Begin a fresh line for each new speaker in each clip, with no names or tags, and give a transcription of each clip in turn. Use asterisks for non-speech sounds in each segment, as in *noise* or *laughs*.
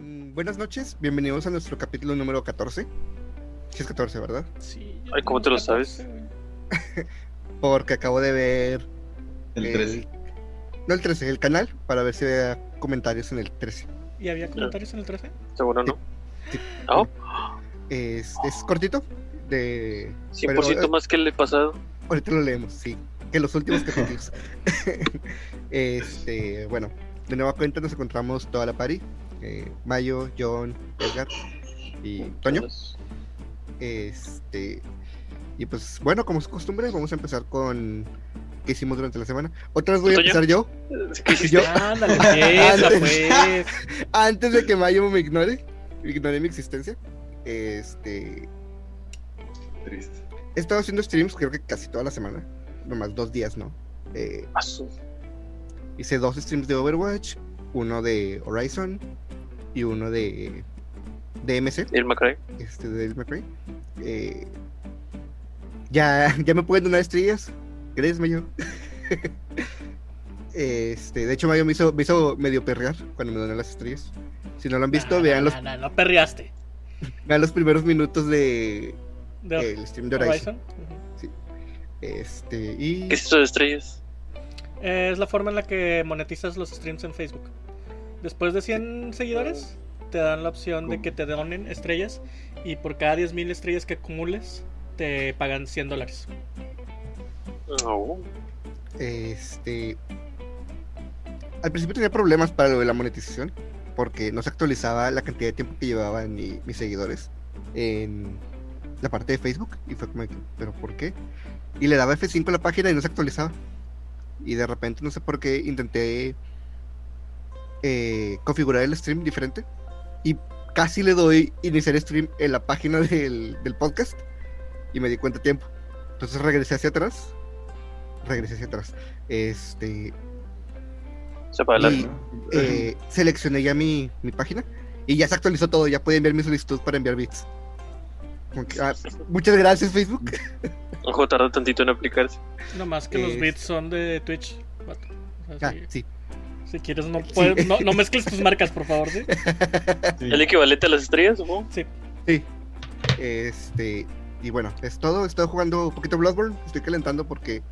Mm, buenas noches, bienvenidos a nuestro capítulo número 14. Sí, es 14, ¿verdad?
Sí. yo
Ay, ¿cómo
tengo
te
14,
lo sabes?
güey.
Porque acabo de ver.
El 13.
No el 13, el canal, para ver si había comentarios en el 13.
¿Y había comentarios en el 13?
Seguro no.
Sí.
No,
Es, es cortito, de. pero,
100%
eh,
más que el de pasado.
Ahorita lo leemos, sí. Que los últimos capítulos. *laughs* este, bueno, de nueva cuenta nos encontramos toda la party. eh, Mayo, John, Edgar y Toño.
Pues,
Este. Y pues bueno, como es costumbre, vamos a empezar con qué hicimos durante la semana. Otra vez voy a
¿Toño?
empezar yo.
Es que hiciste
Yo, *laughs*
Ándale, empieza, pues.
antes de que Mayo me ignore, ignore mi existencia. Este.
Triste.
He estado haciendo streams, creo que casi toda la semana. Nomás dos días, ¿no? Eh,
paso.
Hice dos streams de Overwatch, uno de Horizon y uno de DMC,
El Macrae.
este de Devil May Cry. Eh, ya, ya me pueden donar estrellas, ¿crees, Mayo? *laughs* este, de hecho, Mayo me hizo, me hizo medio perrear cuando me donó las estrellas. Si no lo han visto,
Nah,
vean, los,
nah, nah, no perreaste.
vean los primeros minutos de,
De
el stream de Horizon.
Horizon. Ujú.
Este, y
¿Qué es esto de estrellas?
Eh, Es la forma en la que monetizas los streams en Facebook. Después de 100 seguidores, te dan la opción de
¿Cómo?
que te donen estrellas. Y por cada 10.000 estrellas que acumules, te pagan 100 dólares.
No.
Este. Al principio tenía problemas para lo de la monetización, porque no se actualizaba la cantidad de tiempo que llevaban mi- mis seguidores en la parte de Facebook. Y fue como, que, ¿pero por qué? Y le daba F5 a la página y no se actualizaba. Y de repente, no sé por qué, intenté eh, configurar el stream diferente. Y casi le doy iniciar stream en la página del, del podcast. Y me di cuenta a tiempo. Entonces regresé hacia atrás. Regresé hacia atrás. Este.
Se para
Y-
adelante.
*laughs*
eh, seleccioné ya mi, mi página. Y ya se actualizó todo. Ya pude enviar mi solicitud para enviar bits. Como que, ah, muchas gracias, Facebook.
Ojo, tarda tantito en aplicarse.
No más que los
Es-
bits son de Twitch. vato. O sea,
Ah,
si-
sí. *laughs*
Si quieres, no, puedes, no, no mezcles tus marcas, por favor, ¿sí?
Sí.
¿El equivalente a las estrellas, supongo?
Sí. Este. Y bueno, es todo. He estado jugando un poquito Bloodborne. Estoy calentando porque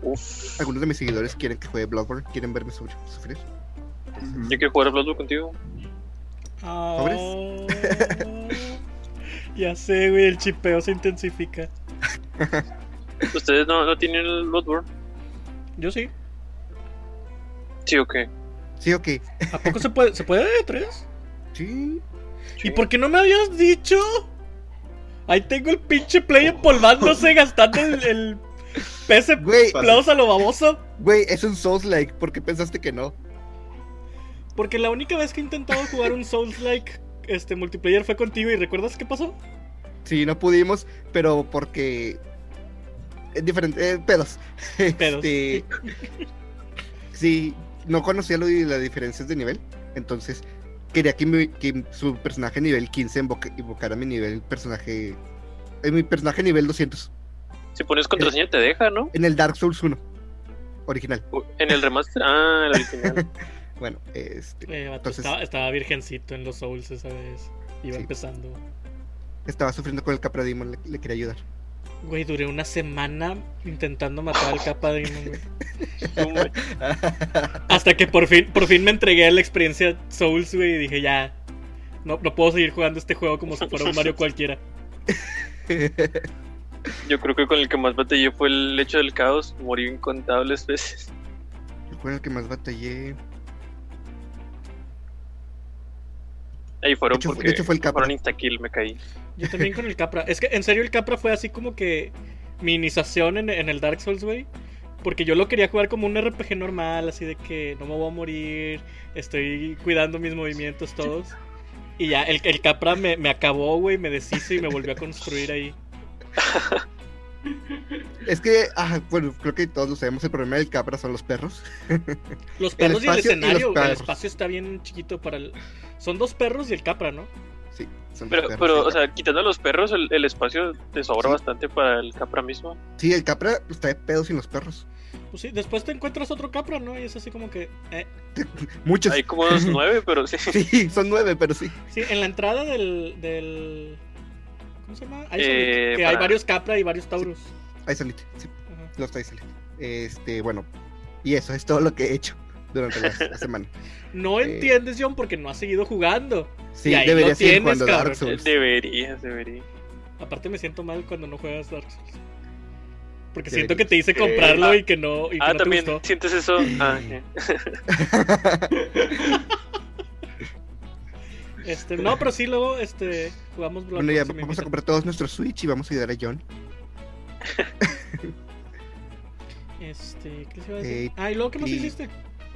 Uf.
algunos de mis seguidores quieren que juegue Bloodborne. Quieren verme sufrir. sufrir.
Ujú.
Yo quiero jugar a Bloodborne contigo.
Ah,
¿Pobres?
ya sé, güey, el chipeo se intensifica.
¿Ustedes no, no tienen el Bloodborne?
Yo sí.
Sí, ok.
Sí, ok.
¿A poco se puede? ¿Se puede de tres?
Sí.
Sí.
¿Y por qué no me habías dicho? Ahí tengo el pinche play empolvándose gastando el, el PS
Güey,
Plus a lo baboso.
güey, es un Souls like. ¿Por qué pensaste que no?
Porque la única vez que he intentado jugar un Souls-like este, multiplayer fue contigo y ¿recuerdas qué pasó?
Sí, no pudimos, pero porque. Es diferente. eh, pedos. *laughs*
Pedos.
Este, sí, no conocía lo de las diferencias de nivel. Entonces, quería que, mi- que su personaje nivel 15 invoca- invocara mi nivel personaje. eh, mi personaje nivel 200.
Si pones contraseña te deja, ¿no?
En el Dark Souls 1. Original.
O- En el remaster. Ah, el *laughs* original.
Bueno, este.
Eh, vato,
Entonces-
estaba, estaba virgencito en los Souls esa vez. Iba
Sí.
empezando.
Estaba sufriendo con el Capra Demon, le, le quería ayudar.
Güey, duré una semana intentando matar al capa Demon, güey.
Hombre.
Hasta que por fin, por fin me entregué a la experiencia Souls, güey, y dije, ya, no, no puedo seguir jugando este juego como si fuera un Mario cualquiera.
Yo creo que con el que más batallé fue el hecho del caos. Morí incontables veces.
Recuerdo que más batallé.
Ahí
De
fueron
hecho, fue-
porque
de hecho fue el Capra.
fueron instakill, me caí.
Yo también con el Capra. Es que en serio el Capra fue así como que mi iniciación en, en el Dark Souls, güey. Porque yo lo quería jugar como un RPG normal, así de que no me voy a morir, estoy cuidando mis movimientos todos. Y ya, el, el Capra me, me acabó, güey, me deshizo y me volvió a construir ahí.
Es que, ah, bueno, creo que todos lo sabemos. El problema del Capra son los perros.
Los
El
perros y
espacio
el
y los
escenario, güey, el
perros.
espacio está bien chiquito para el... Son dos perros y el Capra, ¿no?
Sí, son los
Pero,
perros
pero
del
o sea, quitando a los perros, el, el espacio te sobra
Sí.
bastante para el Capra mismo.
Sí, el Capra está de pedo pues, sin los perros.
Pues sí, después te encuentras otro Capra, ¿no? Y es así como que. eh.
Muchos.
Hay como unos nueve, pero sí.
*laughs* Sí, son nueve, pero sí.
Sí, en la entrada del. del... ¿Cómo se llama? Ahí se
Eh,
ve que hay
para-
varios Capra y varios Taurus.
Ahí solito, sí,
Ajá.
los traes solito. Este, bueno, y eso es todo lo que he hecho durante la, la semana.
No
Eh.
entiendes, John, porque no has seguido jugando.
Sí,
*laughs* Y ahí
debería
lo
seguir
tienes,
jugando
cabrón.
Dark Souls.
Deberías, deberías.
Aparte me siento mal cuando no juegas Dark Souls. Porque
Ya
siento
ves.
que te hice
Eh,
comprarlo
ah,
y que no, y que
Ah,
no
también
te gustó.
sientes eso. Ah, ok.
Este, no, pero sí luego este, jugamos Bloodborne.
Bueno, ya
si me
vamos a
invitan.
comprar todos nuestros Switch y vamos a ayudar a John.
Este, ¿qué les iba a decir?
Eh,
ah, y luego qué más
y-
hiciste?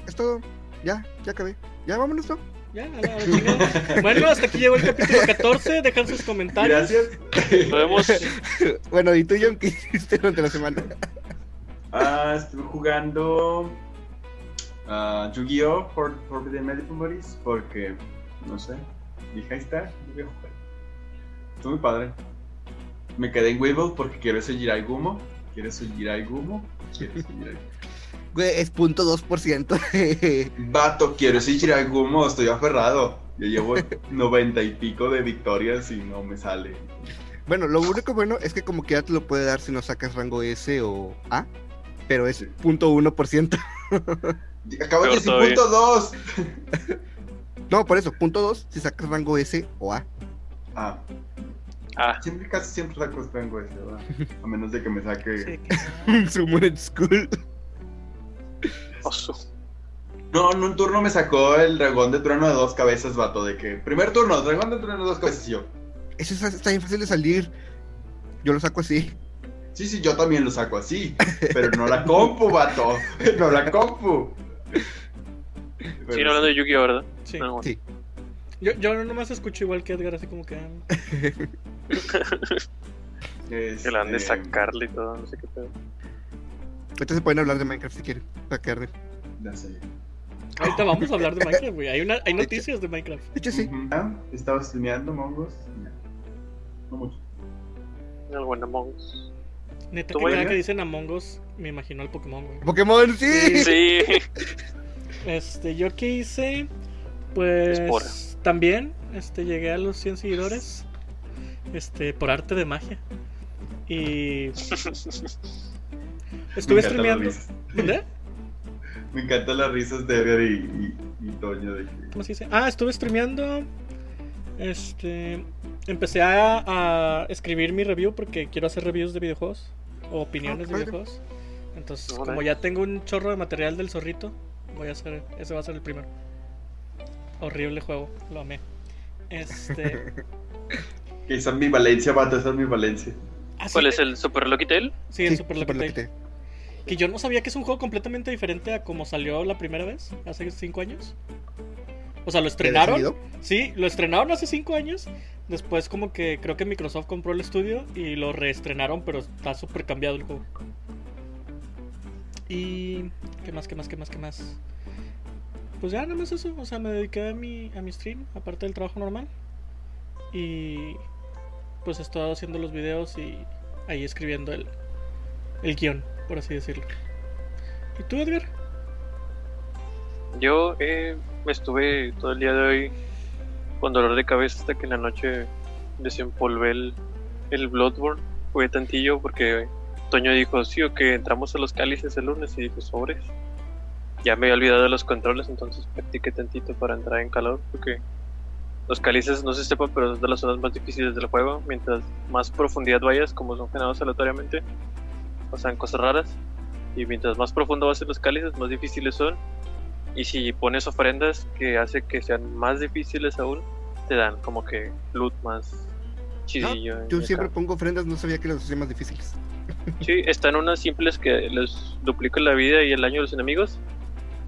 Es todo. Ya, ya acabé. Ya vámonos, ¿no?
Ya, a la, a la chingada. bueno, hasta aquí llegó el capítulo 14, dejan sus comentarios.
Gracias.
Nos vemos.
Bueno, ¿y tú, John, qué *laughs* hiciste durante la semana?
*laughs* Ah, estuve jugando ah, Yu-Gi-Oh! For- Forbidden Medicine Bodies porque, no sé, dije ahí está, lo voy a jugar. Estuvo muy padre. Me quedé en Weevil porque quiero ese Jirai Gumo. ¿Quieres ese Jirai Gumo? Quiero ese Jirai Gumo.
Güey, es punto dos por ciento.
*laughs* Vato, quiero ese Jirai Gumo, estoy aferrado. Yo llevo noventa y pico de victorias y no me sale.
Bueno, lo único bueno es que como que ya te lo puede dar si no sacas rango S o A, pero es punto uno por ciento. *laughs*
Acabo de
Peor
decir
todavía.
punto dos.
No, por eso, punto dos si sacas rango S o A.
Ah,
Ah,
siempre, casi siempre saco rango ese,
*laughs*
¿verdad? A menos de que me saque.
Sí, que-
Summoned School.
oso.
No, en un turno me sacó el dragón de trueno de dos cabezas, vato, de que. Primer turno, dragón de trueno de dos cabezas y yo.
Eso está, está bien fácil de salir. Yo lo saco así.
Sí, sí, yo también lo
*laughs*
saco así. Pero no la compu, vato. *laughs* No la compu. Pero
Sí, no hablando de Yu-Gi-Oh, ¿verdad?
sí.
No, bueno.
Sí.
Yo, yo nomás escucho igual que Edgar, así como que. ah,
este,
Que la han de sacarle y todo, no sé qué pedo.
Entonces pueden hablar de Minecraft si quieren. Para quedar de... De
ya sé.
Ahorita vamos a hablar de Minecraft, güey. Hay, una, hay noticias de Minecraft.
hecho, sí.
Ujú. Ah, Estaba streameando mongos. No mucho.
El buen Among Us.
Neta,
¿Tú,
que cada
Edgar?
que dicen Among Us, me imagino al Pokémon, güey.
Pokémon, sí.
Sí.
Este, yo qué hice, pues
Espora.
también, este, llegué a los 100 seguidores, este, por arte de magia. Y
Me
estuve
encantan las
streameando.
risas.
¿Dónde?
Me encantan las risas de Edgar y, y, y Toño. De que...
¿Cómo se dice? Ah, estuve streameando. Este, empecé a, a escribir mi review porque quiero hacer reviews de videojuegos o
Ah,
opiniones de
padre.
videojuegos. Entonces,
Órale.
como ya tengo un chorro de material del zorrito, voy a hacer, ese va a ser el primero. Horrible juego, lo amé. Este,
*laughs*
que esa es mi Valencia, vato, esa es mi Valencia.
Ah, sí,
¿Cuál es el Super Loquitel?
Sí, el
Sí,
Super
Super
Locotel.
Locotel.
Que yo no sabía que es un juego completamente diferente a como salió la primera vez, hace 5 años. O sea,
¿Ya había
lo estrenaron.
salido?
Sí, lo estrenaron hace 5 años. Después como que creo que Microsoft compró el estudio y lo reestrenaron, pero está súper cambiado el juego. Y... ¿Qué más, qué más, qué más, qué más? Pues ya, nada más eso. O sea, me dediqué a mi, a mi stream, aparte del trabajo normal. Y... Pues he estado haciendo los videos y ahí escribiendo el, el guión, por así decirlo. ¿Y tú, Edgar?
Yo eh, me estuve todo el día de hoy con dolor de cabeza hasta que en la noche desempolvé el, el Bloodborne. Jugué tantillo porque Toño dijo, sí, o que entramos a los cálices el lunes y dijo, sobres. Ya me había olvidado de los controles, entonces practiqué tantito para entrar en calor porque los cálices no se sepa, pero es de las zonas más difíciles del juego. Mientras más profundidad vayas, como son generados aleatoriamente, pasan cosas raras. Y mientras más profundo vas en los cálices, más difíciles son. Y si pones ofrendas que hace que sean más difíciles aún, te dan como que loot más chidillo. y
Yo
acá.
siempre pongo ofrendas, no sabía que los hacía más difíciles.
Sí, están unas simples que les duplican la vida y el daño de los enemigos.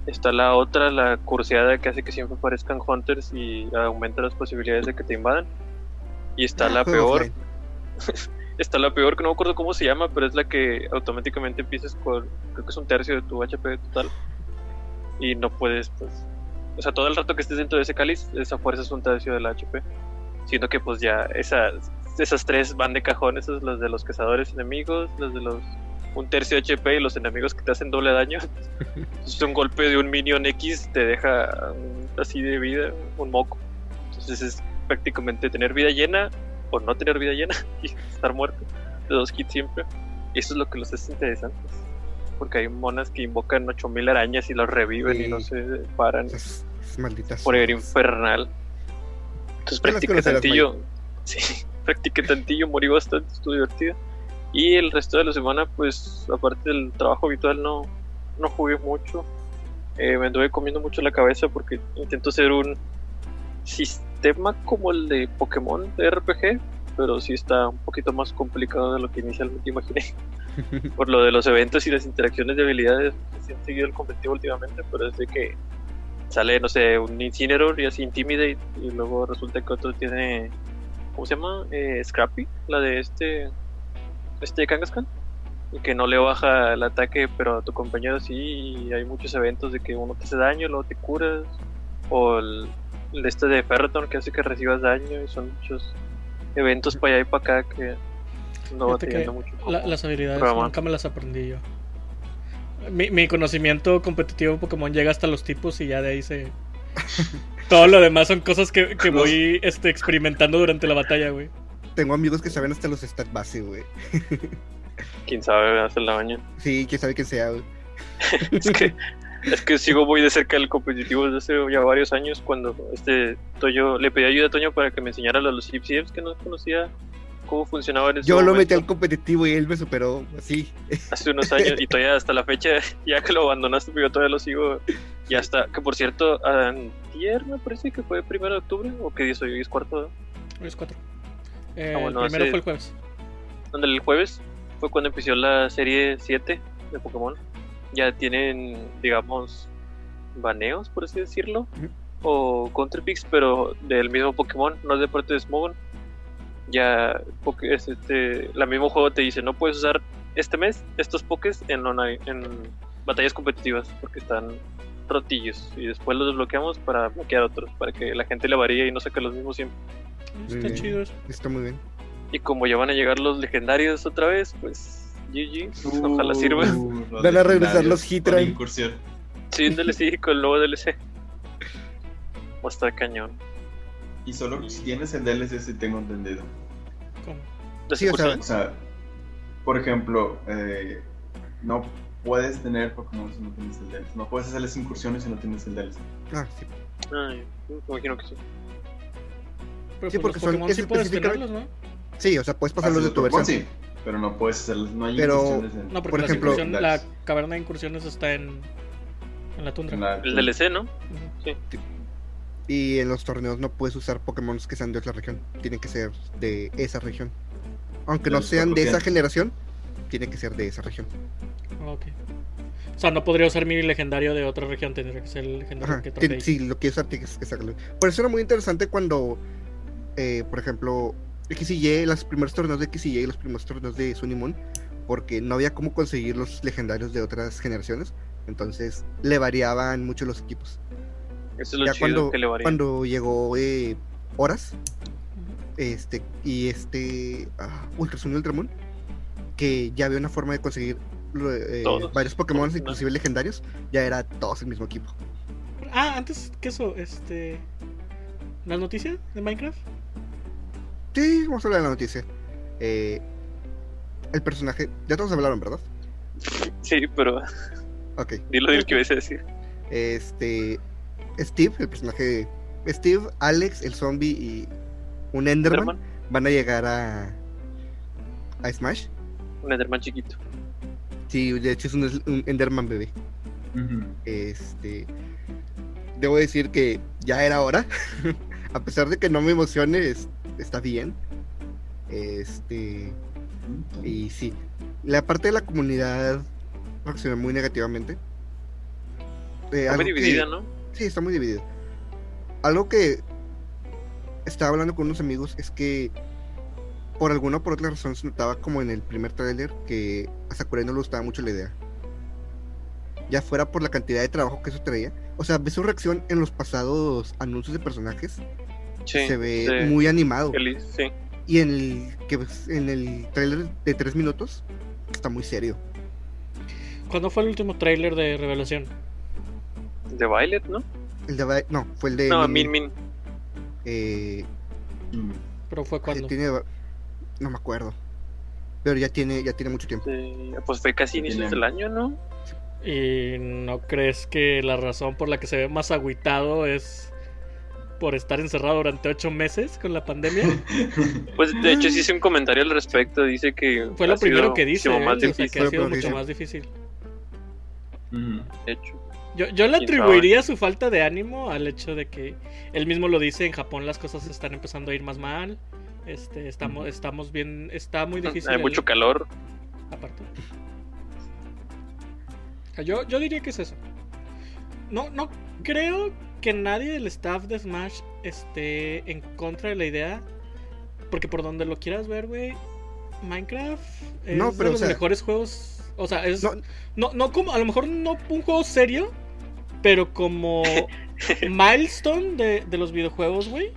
Está la otra, la curseada, que hace que siempre aparezcan hunters y aumenta las posibilidades de que te invadan. Y
*laughs*
está la
Juego
peor,
offline.
está la peor que no me acuerdo cómo se llama, pero es la que automáticamente empiezas con, creo que es un tercio de tu HP total. Y no puedes, pues... O sea, todo el rato que estés dentro de ese cáliz, esa fuerza es un tercio del HP. Siendo que pues ya esas, esas tres van de cajón, esas las de los cazadores enemigos, las de los un tercio de HP y los enemigos que te hacen
*laughs*
doble daño. Entonces un golpe de un minion X te deja mm, así de vida, un moco. Entonces es prácticamente tener vida llena o no tener vida llena *laughs* y estar muerto. De dos hits siempre. Y eso es lo que los hace interesantes. Porque hay monas que invocan 8000 arañas y los reviven y
Sí.
no se paran.
Esas, esas malditas.
Por el infernal.
Ya
Entonces
las
practiqué
conocerás,
tantillo. *laughs* Sí, practiqué tantillo, morí bastante, estuvo divertido. Y el resto de la semana, pues, aparte del trabajo habitual, no, no jugué mucho. Eh, me anduve comiendo mucho la cabeza porque intento hacer un sistema como el de Pokémon de RPG, pero sí está un poquito más complicado de lo que inicialmente
*laughs*
imaginé por lo de los eventos y las interacciones de habilidades que se han seguido el competitivo últimamente, pero es de que sale, no sé, un Incineroar y así Intimidate, y luego resulta que otro tiene, ¿cómo se llama? Eh, Scrappy, la de este, este Kangaskhan, y que no le baja el ataque, pero a tu compañero sí, y hay muchos eventos de que uno te hace daño, luego te curas, o el, el este de Ferroton que hace que recibas daño, y son muchos eventos para allá y para acá que... No va
Fíjate que
teniendo mucho
La-
como-
las habilidades
Programa.
nunca me las aprendí yo. Mi, mi conocimiento competitivo en Pokémon llega hasta los tipos y ya de
*laughs*
ahí se. Todo lo demás son cosas que, que
Los-
voy este, experimentando durante la batalla, güey.
Tengo amigos que saben hasta los stats base, güey.
quién sabe hacer la baña.
Sí, quién sabe quién sea, güey.
Es que, es que sigo muy de cerca del competitivo desde hace ya varios años cuando este Toyo le pedí ayuda a Toño para que me enseñara a los IPCMs que no conocía cómo funcionaban en su
Yo lo metí
momento,
al competitivo y él me superó así.
hace unos años y todavía hasta la fecha *laughs* ya que lo abandonaste pero yo todavía lo sigo y hasta que por cierto ayer me parece que fue primero de octubre o que día es hoy Hoy es cuarto ¿no?
Hoy es cuatro. Eh,
Ah, bueno,
el primero
hace-
fue el jueves.
donde el jueves fue cuando empezó la serie 7 de Pokémon. Ya tienen, digamos, baneos, por así decirlo,
Ujú.
o counterpicks, pero del mismo Pokémon, no es de parte de Smogon. Ya, porque es este, la mismo juego te dice, no puedes usar este mes estos Pokés en, online- en batallas competitivas, porque están rotillos, y después los desbloqueamos para bloquear otros, para que la gente le varíe y no saque los mismos siempre.
Muy
Está
bien.
chido eso.
Está muy bien.
Y como ya van a llegar los legendarios otra vez, pues GG, ojalá sirva. *laughs*
Uh, los
Van a regresar
legendarios
los
con
Hitran.
incursión.
Sí, un DLC con el nuevo DLC. Va a estar cañón.
Y solo si tienes el DLC, si tengo entendido.
¿Cómo?
¿Te
Sí, o sea,
escuchas?
O sea, por ejemplo, eh, no puedes tener Pokémon si no tienes el DLC. No puedes hacer las incursiones si no tienes el DLC.
Ah, sí.
Ay, me imagino que sí.
Pero
Sí,
pues,
porque
los
son
Pokémon sí puedes
específicamente-
tenerlos, ¿no?
Sí, o sea, puedes
Haces
pasarlos Pues de
los
tu
Pokémon,
versión.
sí, pero no puedes hacerlas. No hay
Pero-
incursiones en,
No, porque
Por
la
ejemplo-
incursión- la, caverna de incursiones está en, en la tundra.
en la-
El DLC, ¿no?
Ujú.
Y en los torneos no puedes usar Pokémon que sean de otra región. Tienen que ser de esa región. Aunque
De
no
los
sean de esa
400.
generación, tiene que ser de esa región.
Ah, ok. O sea, no podría usar mi legendario de otra región, tendría que ser el legendario
Ajá,
que
tien-
traté. ahí.
si lo quieres usar, tienes que sacarlo. Por eso era muy interesante cuando, eh, por ejemplo, X y Y, los primeros torneos de X y Y y los primeros torneos de Sun y Moon, porque no había cómo conseguir los legendarios de otras generaciones. Entonces le variaban mucho los equipos.
Eso es lo
ya
chido
cuando,
que le varía.
cuando llegó eh, Horas
Ujú.
este, y este ah, Ultrasun y Ultramon, que ya había una forma de conseguir lo- eh,
Todos.
varios Pokémon,
Todos, ¿no?
inclusive legendarios, ya era todos el mismo equipo.
Ah, antes que eso, este. ¿Las noticias de Minecraft?
Sí, vamos a hablar de la noticia. Eh, el personaje. Ya todos hablaron, ¿verdad?
Sí, pero *laughs*
Ok.
dilo lo que ibas a decir.
Este. Steve, el personaje. Steve, Alex, el zombie y un Enderman,
Enderman,
van a llegar a. a Smash.
un Enderman chiquito.
Sí, de hecho es un, un Enderman bebé.
Ujú.
Este. Debo decir que ya era hora. *laughs* a pesar de que no me emocione, es- está bien. Este. Y sí, la parte de la comunidad reaccionó muy negativamente. Eh,
Está
algo
muy
que-
dividida, ¿no?
Sí, está muy dividida. Algo que estaba hablando con unos amigos es que por alguna o por otra razón se notaba como en el primer tráiler que a Sakurai no le gustaba mucho la idea. Ya fuera por la cantidad de trabajo que eso traía. O sea, ves su reacción en los pasados anuncios de personajes.
Sí.
se ve
sí.
muy animado.
Feliz, sí.
Y en el que ves- en el trailer de tres minutos está muy serio.
¿Cuándo fue el último tráiler de Revelación?
El de Violet, ¿no?
El de Ba- no, fue el de.
no,
Min
Min Min.
Eh,
Mm.
¿Pero fue
que
cuándo?
Eh, tiene, no me acuerdo. Pero ya tiene, ya tiene mucho tiempo.
Sí, Pues fue casi
Tiene-
inicios del año, ¿no?
¿Y no crees que la razón por la que se ve más agüitado es por estar encerrado durante ocho meses con la pandemia?
*laughs* Pues de hecho sí hice un comentario al respecto, dice que...
Fue
ha
lo
sido
primero que dice,
muchísimo
¿eh?
más
O sea, que
difícil,
Fue
ha
lo
sido
primero que
mucho
dice.
más difícil.
Mm.
de hecho.
Yo, yo le
¿Quién
atribuiría su falta de ánimo al hecho de que él mismo lo dice, en Japón las cosas están empezando a ir más mal, este, estamos, estamos bien, está muy difícil.
Hay
el-
mucho calor.
aparte. Ah, Yo, yo diría que es eso. No, no creo que nadie del staff de Smash esté en contra de la idea. Porque por donde lo quieras ver, güey, Minecraft es
No,
de
pero, o
los
sea-
mejores juegos. O sea, es.
No,
No, no, como. A lo mejor no un juego serio, pero como milestone de, de los videojuegos, güey.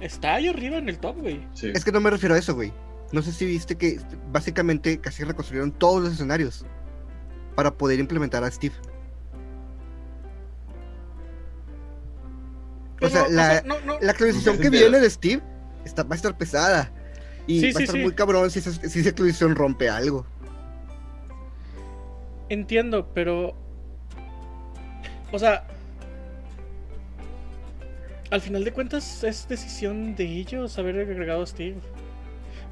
Está ahí arriba en el top, güey.
Sí.
es que no me refiero a eso, güey. No sé si viste que básicamente casi reconstruyeron todos los escenarios para poder implementar a Steve. O
Pero,
sea, la-
no, no-
La actualización
Nunca
que
se entera.
viene de Steve está, va a estar pesada. Y
Sí,
va
sí,
a estar
sí.
muy cabrón si esa, si esa actualización rompe algo.
Entiendo, pero. O sea. Al final de cuentas es decisión de ellos haber agregado a Steve.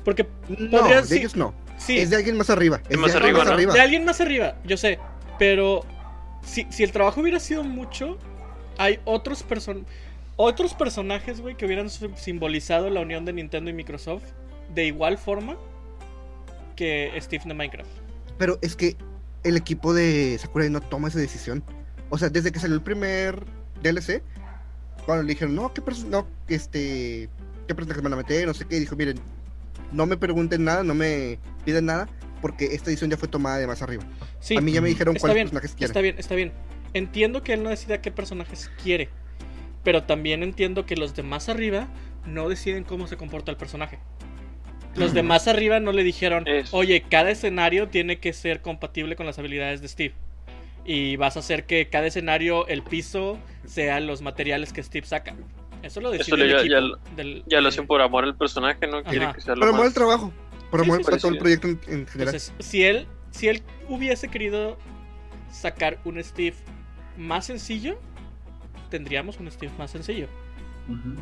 Porque
No,
Podría-
de
sí.
ellos no.
sí,
Es de alguien más arriba. Es de
más
alguien
arriba, ¿no?
de alguien más arriba, yo sé. Pero si, si el trabajo hubiera sido mucho, hay otros person otros personajes, güey, que hubieran sim- simbolizado la unión de Nintendo y Microsoft de igual forma que Steve de Minecraft.
Pero es que el equipo de Sakurai no toma esa decisión. O sea, desde que salió el primer DLC, cuando le dijeron, no, ¿qué, perso- no, este, ¿qué personajes van a meter? No sé qué. y dijo, miren, no me pregunten nada, no me pidan nada, porque esta edición ya fue tomada de más arriba.
Sí,
a mí ya me dijeron
Está
cuáles
bien,
personajes quieren.
Está bien, está bien. Entiendo que él no decida qué personajes quiere, pero también entiendo que los de más arriba no deciden cómo se comporta el personaje. Los de más arriba no le dijeron,
Eso.
oye, cada escenario tiene que ser compatible con las habilidades de Steve. Y vas a hacer que cada escenario, el piso, sean los materiales que Steve saca. Eso lo decide
Eso le-
el
ya-
equipo
ya lo-
del-
Ya lo
del-
hacen por amor al personaje, ¿no? Quiere
Ajá.
que sea lo
Pero amor
más-
al trabajo, por amor
Sí,
sí,
a todo el
sí.
proyecto en, en general.
Entonces, si él, si él hubiese querido sacar un Steve más sencillo, tendríamos un Steve más sencillo.
Ujú.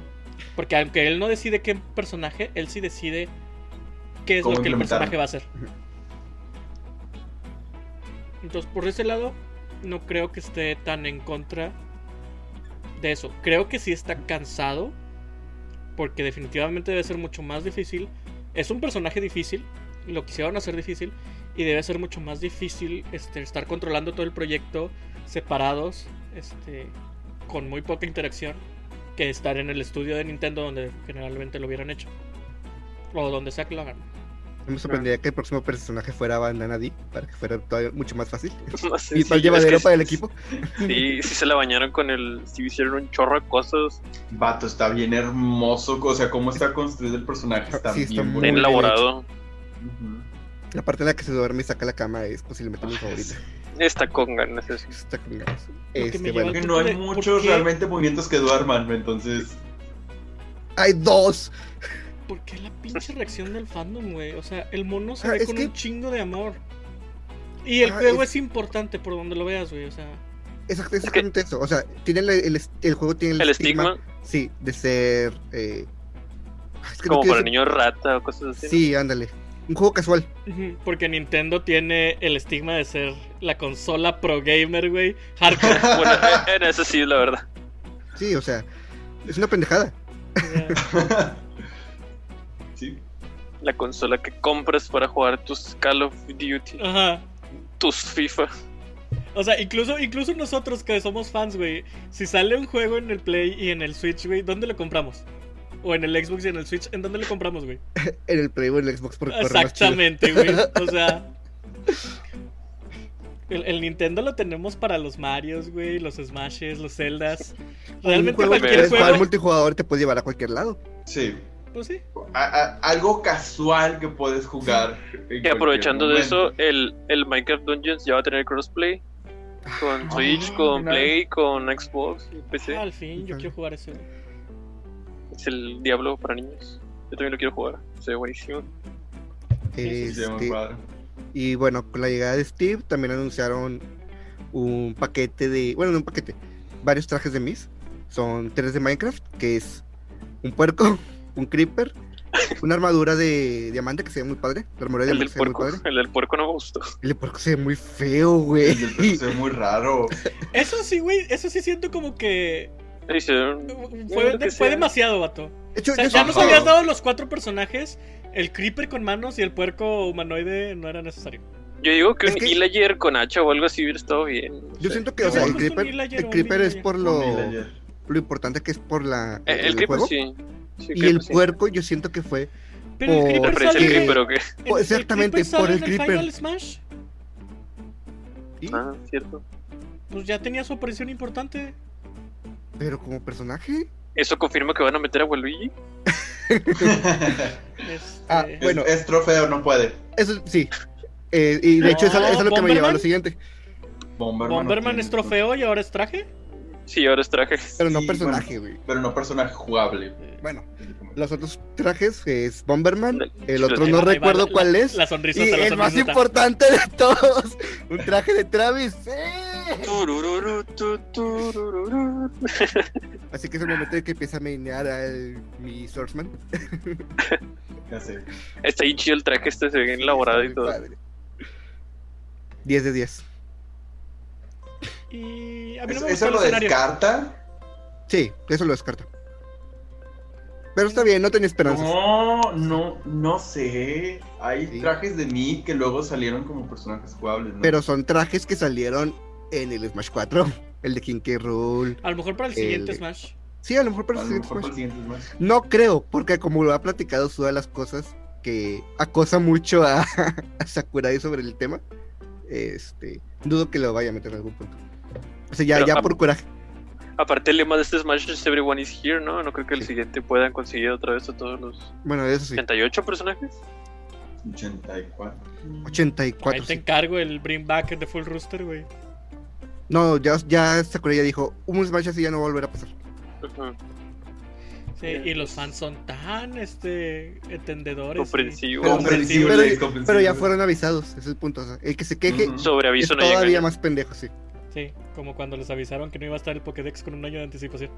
Porque aunque él no decide qué personaje, él sí decide qué es
Cómo
lo que el
implementarlo.
personaje va a hacer. Entonces, por ese lado, no creo que esté tan en contra de eso. Creo que sí está cansado, porque definitivamente debe ser mucho más difícil. Es un personaje difícil, lo quisieron hacer difícil, y debe ser mucho más difícil este, estar controlando todo el proyecto separados, este, con muy poca interacción, que estar en el estudio de Nintendo donde generalmente lo hubieran hecho. O donde sea que lo hagan.
No me sorprendería que el próximo personaje fuera Bandana D, para que fuera todavía mucho más fácil.
*laughs* más
Y
sencillo.
más
Es
llevadero
que
para el
sí-
equipo.
Sí, sí se la bañaron con el... Sí hicieron un chorro de cosas
Vato, está bien hermoso. O sea, cómo está construido el personaje. Está
Sí, está
bien
muy
bien
bueno.
bien
elaborado.
Ujú.
La parte en la que se duerme y saca la cama es posiblemente mi favorita.
Está con ganas eso.
Está con ganas.
que me
Este,
lleva
bueno.
Creo que no hay
¿Por qué?
muchos realmente movimientos que duerman, entonces. *laughs*
Hay dos.
¿Por qué la pinche reacción del fandom, güey? O sea, el mono se
Ah,
ve
es
con
que-
un chingo de amor. Y el
Ah,
juego
es-
es... importante por donde lo veas, güey. O sea,
Exact- Exactamente eso. O sea, tiene el, el, el juego tiene el,
El estigma,
Sí, de ser. eh, ah, es que no
como
quiero
para
decir-
niños rata o cosas así. ¿no?
Sí, ándale. Un juego casual.
ujú, porque Nintendo tiene el estigma de ser la consola pro gamer, güey. Hardcore.
*laughs*
*laughs*
Bueno, eh, en eso sí, la verdad.
Sí, o sea, es una pendejada.
o sea,
sí.
La consola que compras para jugar tus Call of Duty,
Ajá.
tus FIFA.
O sea, incluso, incluso nosotros que somos fans, güey. Si sale un juego en el Play y en el Switch, güey, ¿dónde lo compramos? O en el Xbox y en el Switch, ¿en dónde lo compramos, güey?
En el Play o en el Xbox por corre más chido.
Exactamente, güey.
*laughs*
O sea. El, el Nintendo lo tenemos para los Marios, güey, los Smashes, los Zeldas.
Un
Realmente
juego que
cualquier
puedes jugar
juego.
multijugador te puede llevar a cualquier lado.
Sí.
Pues sí.
A- a- algo casual que puedes jugar. en
Y aprovechando de
cualquier
eso, el, el Minecraft Dungeons ya va a tener crossplay con Switch,
Ah,
con
mira.
Play, con Xbox y
Ah,
PC.
al fin, yo
Ujú.
quiero jugar eso. güey.
Es el Diablo para niños. Yo también lo quiero jugar. Se ve buenísimo.
momento. Sí, se ve muy
Este,
padre.
Y bueno, con la llegada de Steve también anunciaron un paquete de. Bueno, no un paquete, varios trajes de Miss. Son tres de Minecraft, que es un puerco, *laughs* un creeper, una armadura de diamante que se ve muy padre. La armadura de
El del
diamante se ve muy
puerco.
padre.
El del puerco no me gustó.
El del puerco se ve muy feo, güey. *laughs*
El del perro se ve muy raro.
Eso sí, güey, eso sí siento como que uh,
Hicieron-
fue,
lo que ¿eh?
fue
sea.
demasiado, vato.
*laughs* De hecho,
O sea,
yo
ya nos
Ajá.
habías dado los cuatro personajes, el creeper con manos y el puerco humanoide no era necesario.
Yo digo que
Es
un
que-
Illager con hacha o algo así hubiera estado bien. no
Yo
sé.
siento que,
Yo
o sea,
hubiera
el
puesto un
Creeper,
villager o
el
un
Creeper es
villager.
por
Un
lo, *laughs*
villager.
lo importante que es por la
Eh, El, Creeper sí. Sí,
Y el
sí.
puerco yo siento que fue...
Pero el
Por-
creeper
¿Referencia
sale-
al Creeper o qué?
el- el
Exactamente,
sale
por el
en
creeper.
Final Smash,
sí,
Ah, cierto.
pues ya tenía su aparición importante.
Pero como personaje...
¿Eso confirma que van a meter a Waluigi?
Este,
Ah, *laughs* bueno,
Es- es trofeo, no puede.
Eso sí. Eh, y de hecho, eso,
No,
eso es lo que me llevó a
Bomberman.
lo siguiente.
Bomberman, no
Bomberman
tiene-
es trofeo y ahora es traje.
Sí, ahora es traje.
Pero no
Sí,
personaje, güey.
Pero no personaje jugable.
Bueno, los otros trajes es Bomberman.
Dale,
El
chulo,
otro
ahí
no
Ahí va, ahí va
recuerdo
la-
cuál es.
La sonrisa
Y
está, la
el más
sonrisa está.
importante de todos, *laughs* un traje de Travis. ¡Sí!
Turururu, tu, turururu.
Así que es el momento de que empieza a mainear al mi Swordsman.
Ya sé.
Está ahí chido el traje, este se ve bien elaborado y
Está
todo.
muy padre. 10 de 10.
Y a mí no
¿Es-
me gustó
¿Eso
el
lo
escenario.
descarta?
Sí, eso lo descarto. Pero está bien, no tenía esperanzas.
No, no, no sé. Hay
Sí.
trajes de mí que luego salieron como personajes jugables, ¿no?
Pero son trajes que salieron en el Smash 4. El de King K. Rool.
A lo mejor para el siguiente
El-
Smash.
Sí, a lo mejor para
A
el
lo
siguiente
mejor
Smash.
para el siguiente es más.
No creo, porque como lo ha platicado Suda las cosas que acosa mucho a, *laughs* a Sakurai sobre el tema, este, dudo que lo vaya a meter en algún punto. O sea, ya,
Pero,
ya
ah,
por coraje.
Aparte, el lema de este Smash es Everyone is here, ¿no? No creo que el
Sí.
siguiente puedan conseguir otra vez a todos los
Bueno, eso sí.
88 personajes.
84.
Ahí
84.
te
sí.
encargo el Bring Back de Full Rooster, güey.
No, ya, ya Sakurai ya dijo, un Smash así ya no va a volver a pasar.
Ujú.
Sí, y los fans son tan este entendedores.
Comprensivo.
y-
Comprensible,
Pero-
comprensible.
Pero ya fueron avisados, ese es el punto. o sea, el que se queje
Ujú.
es
Sobreaviso no llega.
todavía
¿no?
más pendejo, sí.
Sí, como cuando les avisaron que no iba a estar el Pokédex con un año de anticipación.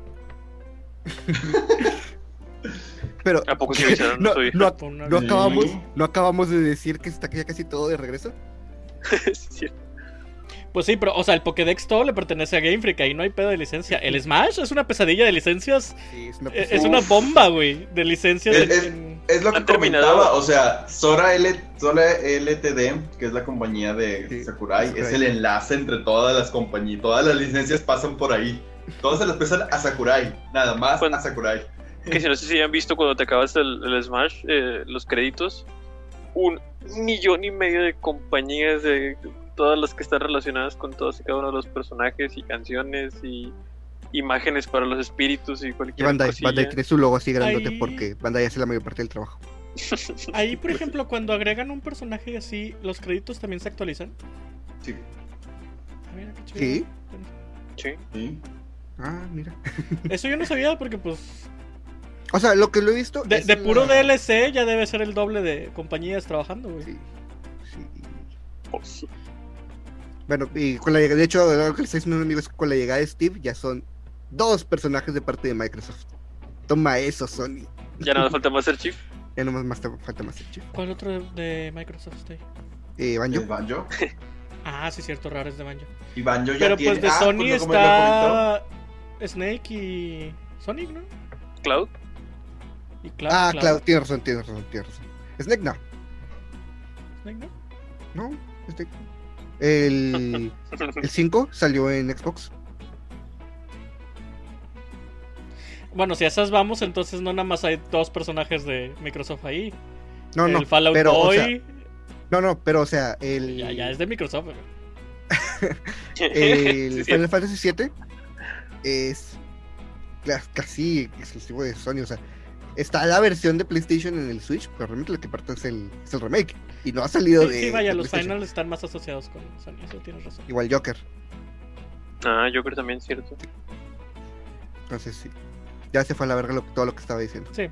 Pero
¿A poco se Ah,
*laughs*
avisaron?
no,
Soy-
no ac-
Por un
no
año.
Sí.
acabamos, no acabamos de decir que está ya casi todo de regreso.
*laughs* Sí,
Pues sí, pero, o sea, el Pokédex todo le pertenece a Game Freak, ahí no hay pedo de licencia. El Smash es una pesadilla de licencias.
Sí, es una
eh,
persona-
Es una bomba, güey, de licencias.
Es-
en-
es-
en-
Es lo que
Han terminado.
comentaba, o sea, Sora, L- Sora LTD, que es la compañía de
Sí,
Sakurai,
Sakurai.
es el enlace entre todas las compañías, todas las licencias pasan por ahí. Todas se las pesan a Sakurai, nada más
Cuando-
a Sakurai.
Que si no sé si han visto cuando te acabas el, el Smash, eh, los créditos, un millón y medio de compañías, de todas las que están relacionadas con todos y cada uno de los personajes y canciones y imágenes para los espíritus y
Y
cualquier
Bandai,
Pues
cosilla.
Bandai tiene su logo así grandote
Ahí-
porque Bandai hace la mayor parte del trabajo.
Ahí, por
Pues
ejemplo, cuando agregan un personaje así, los créditos también se actualizan.
Sí.
Ah, mira, qué chido.
Sí.
Sí.
Sí.
Ah, mira.
Eso yo no sabía porque,
*laughs*
pues,
O sea, lo que lo he visto.
de,
es
de
la-
puro DLC ya debe ser el doble de compañías trabajando, güey.
Sí, sí.
Pues sí.
Bueno, y con la llegada, de hecho, lo que les estoy diciendo un amigo es que con la llegada de Steve ya son dos personajes de parte de Microsoft. Toma eso, Sony.
Ya nada falta más el Chief.
Ya nomás más te- falta más el chip.
¿Cuál otro de, de Microsoft está ahí?
Eh, Banjo.
¿Y Banjo?
Ah, sí, cierto, raro es de Banjo.
Y Banjo ya
Pero
tiene...
pues de
ah,
Sony
pues lo que me lo
está Snake y Sonic, ¿no?
*laughs*
Cloud.
Y Cloud.
Ah,
Cloud.
claro, tienes razón, tienes razón, tienes razón. Snake no.
Snake, ¿no?
No, Snake. El, el 5 salió en Xbox.
Bueno, si a esas vamos, entonces no nada más hay dos personajes de Microsoft ahí.
No,
el
no.
Fallout
pero, o
Boy
sea, no, no, pero o sea, el,
ya, ya es de Microsoft. güey.
Sí,
el
sí.
Final Fantasy VII es cla- casi exclusivo de Sony, o sea, Está la versión de PlayStation en el Switch, pero realmente lo que parte es el, es el remake. Y no ha salido
Sí,
de.
sí, vaya,
de
los
PlayStation.
finals están más asociados con Sony, eso tienes razón.
Igual Joker.
Ah, yo creo también, cierto.
Entonces sí. Ya se fue a la verga lo- todo lo que estaba diciendo.
Sí.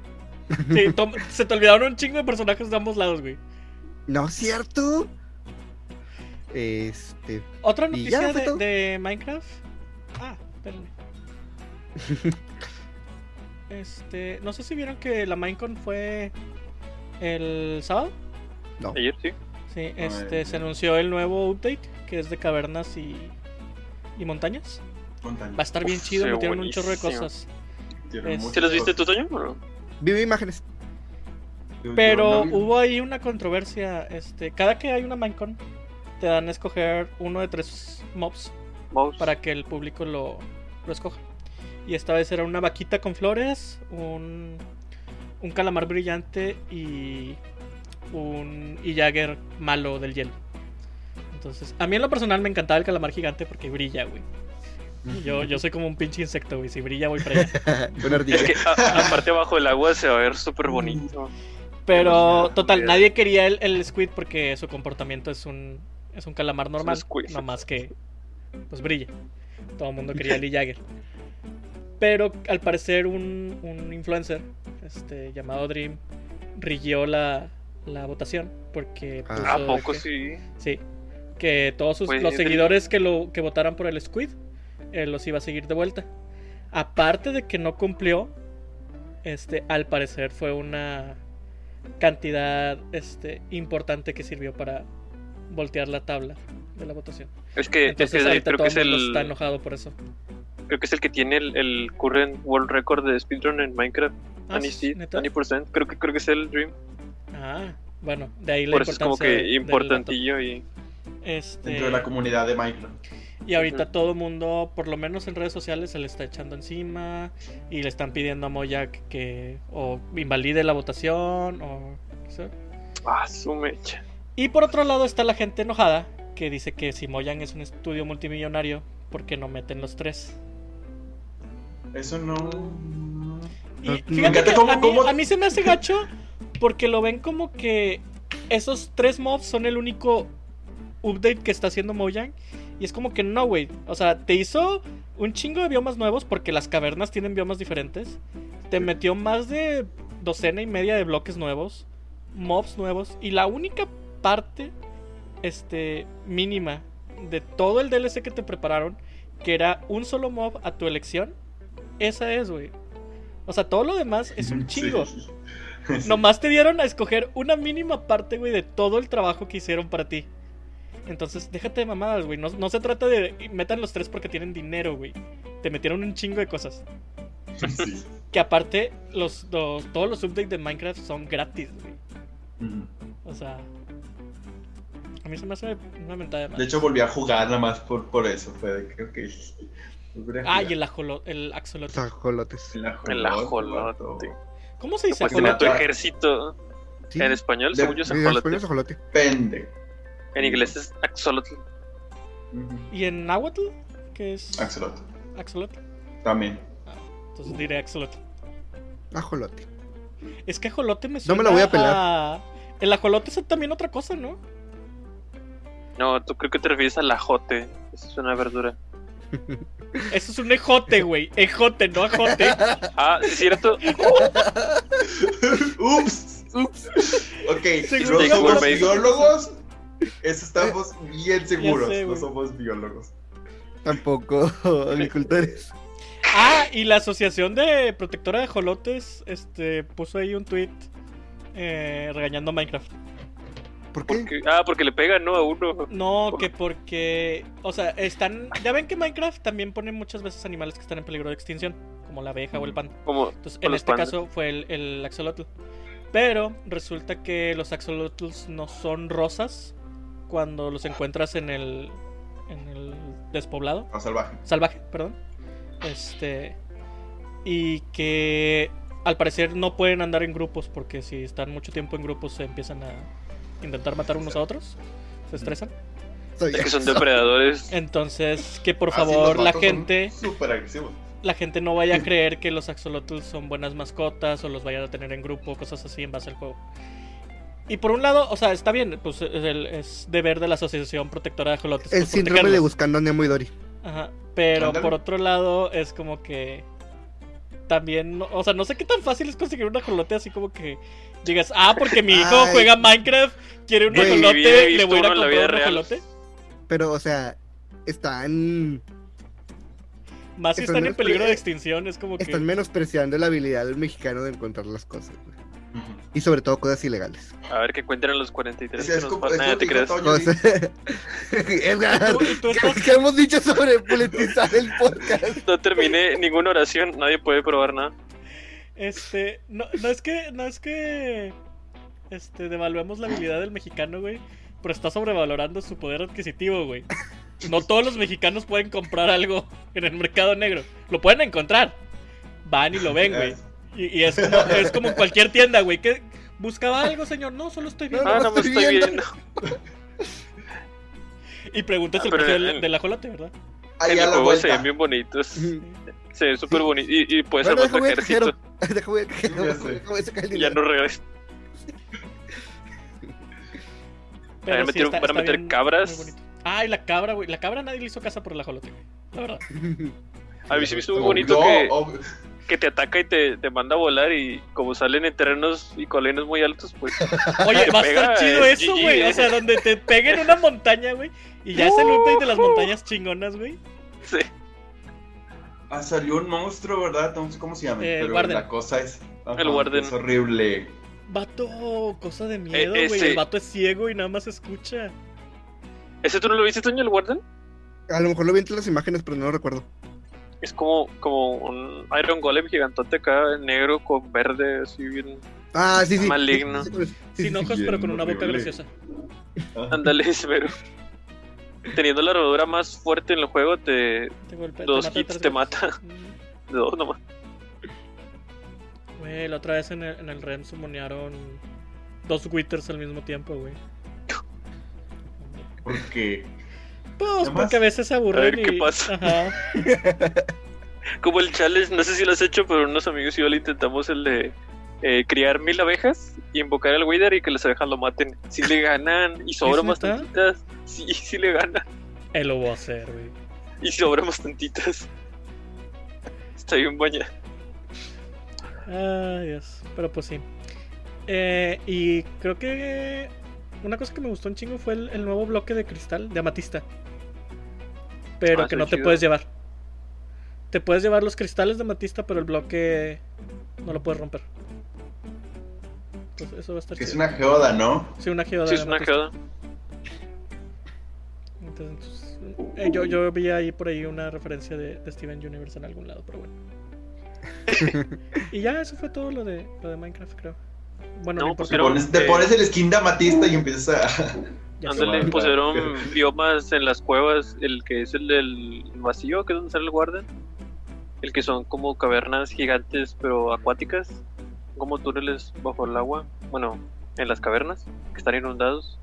Sí, *laughs* tom- se te olvidaron un chingo de personajes de ambos lados, güey.
¿No es cierto? Este.
Otra
Y ya,
noticia
fue
de,
todo.
de Minecraft. Ah,
*laughs*
espérame. Este, no sé si vieron que la Minecon fue el sábado.
No.
Ayer sí.
Sí,
No,
este,
eh,
se
no.
anunció el nuevo update que es de cavernas y, y montañas.
Montaña.
Va a estar bien
Uf,
chido,
se ve
metieron un chorro de
buenísimo.
cosas.
Quiero
es-
mucho-
¿Se los viste tú, Toño? o no?
Vi
*laughs*
imágenes.
Yo- yo
Pero
no vi-
hubo ahí una controversia. Este, cada que hay una Minecon, te dan a escoger uno de tres mobs
Mouse.
para que el público lo, lo escoja. Y esta vez era una vaquita con flores, un, un calamar brillante y un y Jagger malo del hielo. Entonces, a mí en lo personal me encantaba el calamar gigante porque brilla, güey. Y Yo, yo soy como un pinche insecto, güey. Si brilla, voy para allá.
Una ardilla.
Es *laughs* que a- aparte abajo del agua se va a ver súper bonito.
Pero,
Demasiado
total,
miedo.
nadie quería el, el squid porque su comportamiento es un, es un calamar normal.
squid.
No más que, pues, brilla. Todo el mundo quería el Lee Jagger. Pero, al parecer, un, un influencer este, llamado Dream rigió la, la votación porque...
Ah.
puso
¿A
de
poco
que-
sí?
Sí. Que todos sus-
Pues,
los
es del-
seguidores que, lo, que votaran por el Squid eh, los iba a seguir de vuelta. Aparte de que no cumplió, este, al parecer fue una cantidad este, importante que sirvió para voltear la tabla de la votación.
Es que, es que
Entonces ahorita
creo
todo
que
el
es
mundo está
el
enojado por eso.
creo que es el que tiene el, el current world record de speedrun en Minecraft.
Ah,
Ani sí,
¿neta?
Ani percent. Creo que creo que es el Dream.
Ah, bueno, de ahí la
Por eso es como
importancia del
que
dato.
importantillo y
Este,
Dentro de la comunidad de Minecraft.
Y ahorita
Ujú.
todo el mundo, por lo menos en redes sociales, se le está echando encima y le están pidiendo a Moyak que o invalide la votación o... ¿sí?
ah, su mecha.
Y por otro lado está la gente enojada que dice que si Moyan es un estudio multimillonario, ¿por qué no meten los tres?
Eso no.
Y
No,
fíjate
nunca
te-
que
¿cómo-
a, mí,
cómo-
a mí se me hace gacho porque lo ven como que esos tres mobs son el único update que está haciendo Mojang. Y es como que no, güey. O sea, te hizo un chingo de biomas nuevos porque las cavernas tienen biomas diferentes. Te metió más de docena y media de bloques nuevos, mobs nuevos. Y la única parte este, mínima de todo el DLC que te prepararon, que era un solo mob a tu elección, esa es, güey. O sea, todo lo demás es un chingo.
*laughs* Sí.
Nomás te dieron a escoger una mínima parte, güey, de todo el trabajo que hicieron para ti. Entonces, déjate de mamadas, güey. No, no se trata de. Metan los tres porque tienen dinero, güey. Te metieron un chingo de cosas.
Sí.
Que aparte, los, los- todos los updates de Minecraft son gratis, güey.
Ujú.
O sea. A mí se me hace una mentada de madre.
De hecho, volví a jugar nada más por, por eso. Fue de que, ok. volveré a
Ah,
jugar.
y el, ajolo, el axolotl.
Sajolotes.
El ajolote.
El ajolote.
¿Cómo se dice
Pues tiene
Ajolote.
tu
axolotl?
ejército
Sí.
en español,
De-
según yo es
Sí, después
ajolote.
de Sajolote.
Pende.
En inglés es axolotl.
Ujú.
¿Y en náhuatl? ¿Qué es
Axolotl.
axolotl? *laughs*
También.
Entonces diré axolotl.
Ajolote.
Es que ajolote me
No
suena
me la voy a pelar.
a- El ajolote es también otra cosa, ¿no?
No, tú creo que te refieres al ajote. Esa es una verdura.
Eso es un ejote, güey. Ejote, no
*laughs*
ajote.
Ah, sí, *laughs* cierto.
Ups. Ups. Ok.
*laughs* Según
No
yo,
somos
güey.
biólogos. Eso
*laughs*
estamos bien seguros.
sé,
no
güey.
somos biólogos.
*laughs*
Tampoco agricultores.
Ah, y la Asociación de Protectora de Ajolotes este, puso ahí un tweet eh, regañando a Minecraft.
¿Por qué?
Porque- ah, porque le pegan, ¿no? A uno.
No,
¿Por
que porque. O sea, están. Ya ven que Minecraft también pone muchas veces animales que están en peligro de extinción, como la abeja o el panda.
Como,
Entonces,
Mm. O
en
los
este
pandas.
caso fue el, el axolotl. Pero resulta que los axolotls no son rosas cuando los encuentras en el, en el despoblado,
A salvaje.
salvaje, perdón. Este y que al parecer no pueden andar en grupos porque si están mucho tiempo en grupos se empiezan a intentar matar unos a otros, se estresan.
Soy
es que son
eso.
depredadores.
Entonces, que por
Ah, sí, los
favor la
vatos son
gente
Súper agresivos.
la gente no vaya a creer que los axolotls son buenas mascotas o los vayan a tener en grupo, cosas así en base al juego. Y por un lado, o sea, está bien, pues es, el- es deber de la Asociación Protectora de Ajolotes.
El
pues,
síndrome de
protegerlos.
buscando a Nemo y Dory.
Ajá, pero
Ándale.
por otro lado es como que también, no- o sea, no sé qué tan fácil es conseguir un ajolote así como que digas, ah, porque mi hijo
Ay.
juega Minecraft, quiere un
Güey,
ajolote,
he
le voy a ir a
visto uno en la vida
comprar un
real.
ajolote.
Pero, o sea, están,
Más si
Están
están en
menos-
peligro de extinción, es como que...
están menospreciando la habilidad del mexicano de encontrar las cosas. güey. Y sobre todo cosas ilegales.
A ver que cuenten los 43
Es,
que
es
nos
como-
pasan.
es
Nada,
lo
te
que
creas.
dijo Toño,
Cosas- *laughs* Edgar,
Tú- y tú estás-
¿qué, qué hemos dicho sobre politizar el podcast?
No terminé ninguna oración, nadie puede probar nada.
Este, no, no es que, no es que, este, devaluemos la habilidad del mexicano, güey, pero está sobrevalorando su poder adquisitivo, güey. No todos los mexicanos pueden comprar algo en el mercado negro. Lo pueden encontrar. Van y lo ven, güey. Y, y es, como, es como en cualquier tienda, güey. ¿Qué? ¿Buscaba algo, señor? No, solo estoy viendo.
Ah, no me
estoy
estoy
viendo.
viendo.
Y preguntas el
Pero
precio
en-
del, del ajolote, ¿verdad?
Ahí
En
a
el
la
juego se
vuelta.
ven bien bonitos. Se ven súper
Sí.
bonitos. Y, y puedes
Bueno,
armar tu
déjame ir al
ejército.
cajero. *laughs* Déjame ir al cajero,
Ya sé.
déjame sacar el
Y ya
dinero.
no regresas.
Pero
Van a
sí
meter-
está-
van a
está
meter
bien-
cabras.
muy bonito. Ay, la cabra, güey. La cabra nadie le hizo casa por el ajolote, güey. La verdad.
A mí se me hizo muy
Ob-
bonito
no,
que,
ob-
que te ataca y te, te manda a volar. Y como salen en terrenos y colinas muy altos,
*laughs*
pues
Oye,
Te
va a estar
pega,
chido
eh,
eso,
GG,
güey. O
eh.
sea, donde te peguen una montaña, güey. Y ya es el update de las montañas chingonas, güey.
sí.
ah, salió un monstruo, ¿verdad? No sé cómo se llama.
Eh,
pero
Warden.
la cosa es. ajá,
El Warden.
Es horrible.
Vato, cosa de miedo,
Eh,
güey.
ese-
El vato es ciego y nada más escucha.
¿Ese tú no lo viste, Toño, el Warden?
A lo mejor lo vi entre las imágenes, pero no lo recuerdo.
Es como, como un Iron Golem gigantote acá, negro con verde, así bien.
Ah, sí, sí.
Maligno.
Sí, sí, sí,
Sin
sí.
ojos, pero con una boca
horrible.
graciosa.
Ah,
Ándale, *laughs* pero. Teniendo la armadura más fuerte en el juego, te.
Te golpea,
Dos
te mata,
hits
tres
te
golpes.
mata.
Mm.
Dos nomás.
Güey, la otra vez en el, en el REM sumonearon dos Witters al mismo tiempo, güey.
¿Por qué?
Pues
¿Nada más?
porque a veces se aburren
A ver qué
y-
pasa.
Ajá.
Como el challenge, no sé si lo has hecho, pero unos amigos y yo le intentamos el de eh, criar mil abejas y invocar al Wither y que las abejas lo maten. Si le ganan y sobran
neta?
bastantitas. Sí, sí le ganan
Él Eh, lo va a hacer, güey.
y sobran bastantitas. Está bien baña.
Ay, Dios. Pero pues sí. Eh, y creo que una cosa que me gustó un chingo fue el, el nuevo bloque de cristal, de amatista. Pero
Ah,
que
está
no te
chido.
puedes llevar. Te puedes llevar los cristales de amatista, pero el bloque no lo puedes romper. Entonces eso va a estar
Que es
chido.
una geoda, ¿no?
Sí, una geoda.
Sí,
de
es una
amatista.
quedada.
Entonces, eh, yo, yo vi ahí por ahí una referencia de, de Steven Universe en algún lado,
*laughs*
pero bueno. y ya, eso fue todo lo de, lo de Minecraft, creo. Bueno,
No,
no,
pues
importa.
Te
Pero,
pones, te
eh,
pones el skin de amatista y empiezas a. *laughs*
ya sé.
Ándale,
Sí.
pusieron biomas en las cuevas, el que es el del vacío, que es donde sale el guarden, el que son como cavernas gigantes pero acuáticas, como túneles bajo el agua, bueno, en las cavernas, que están inundados,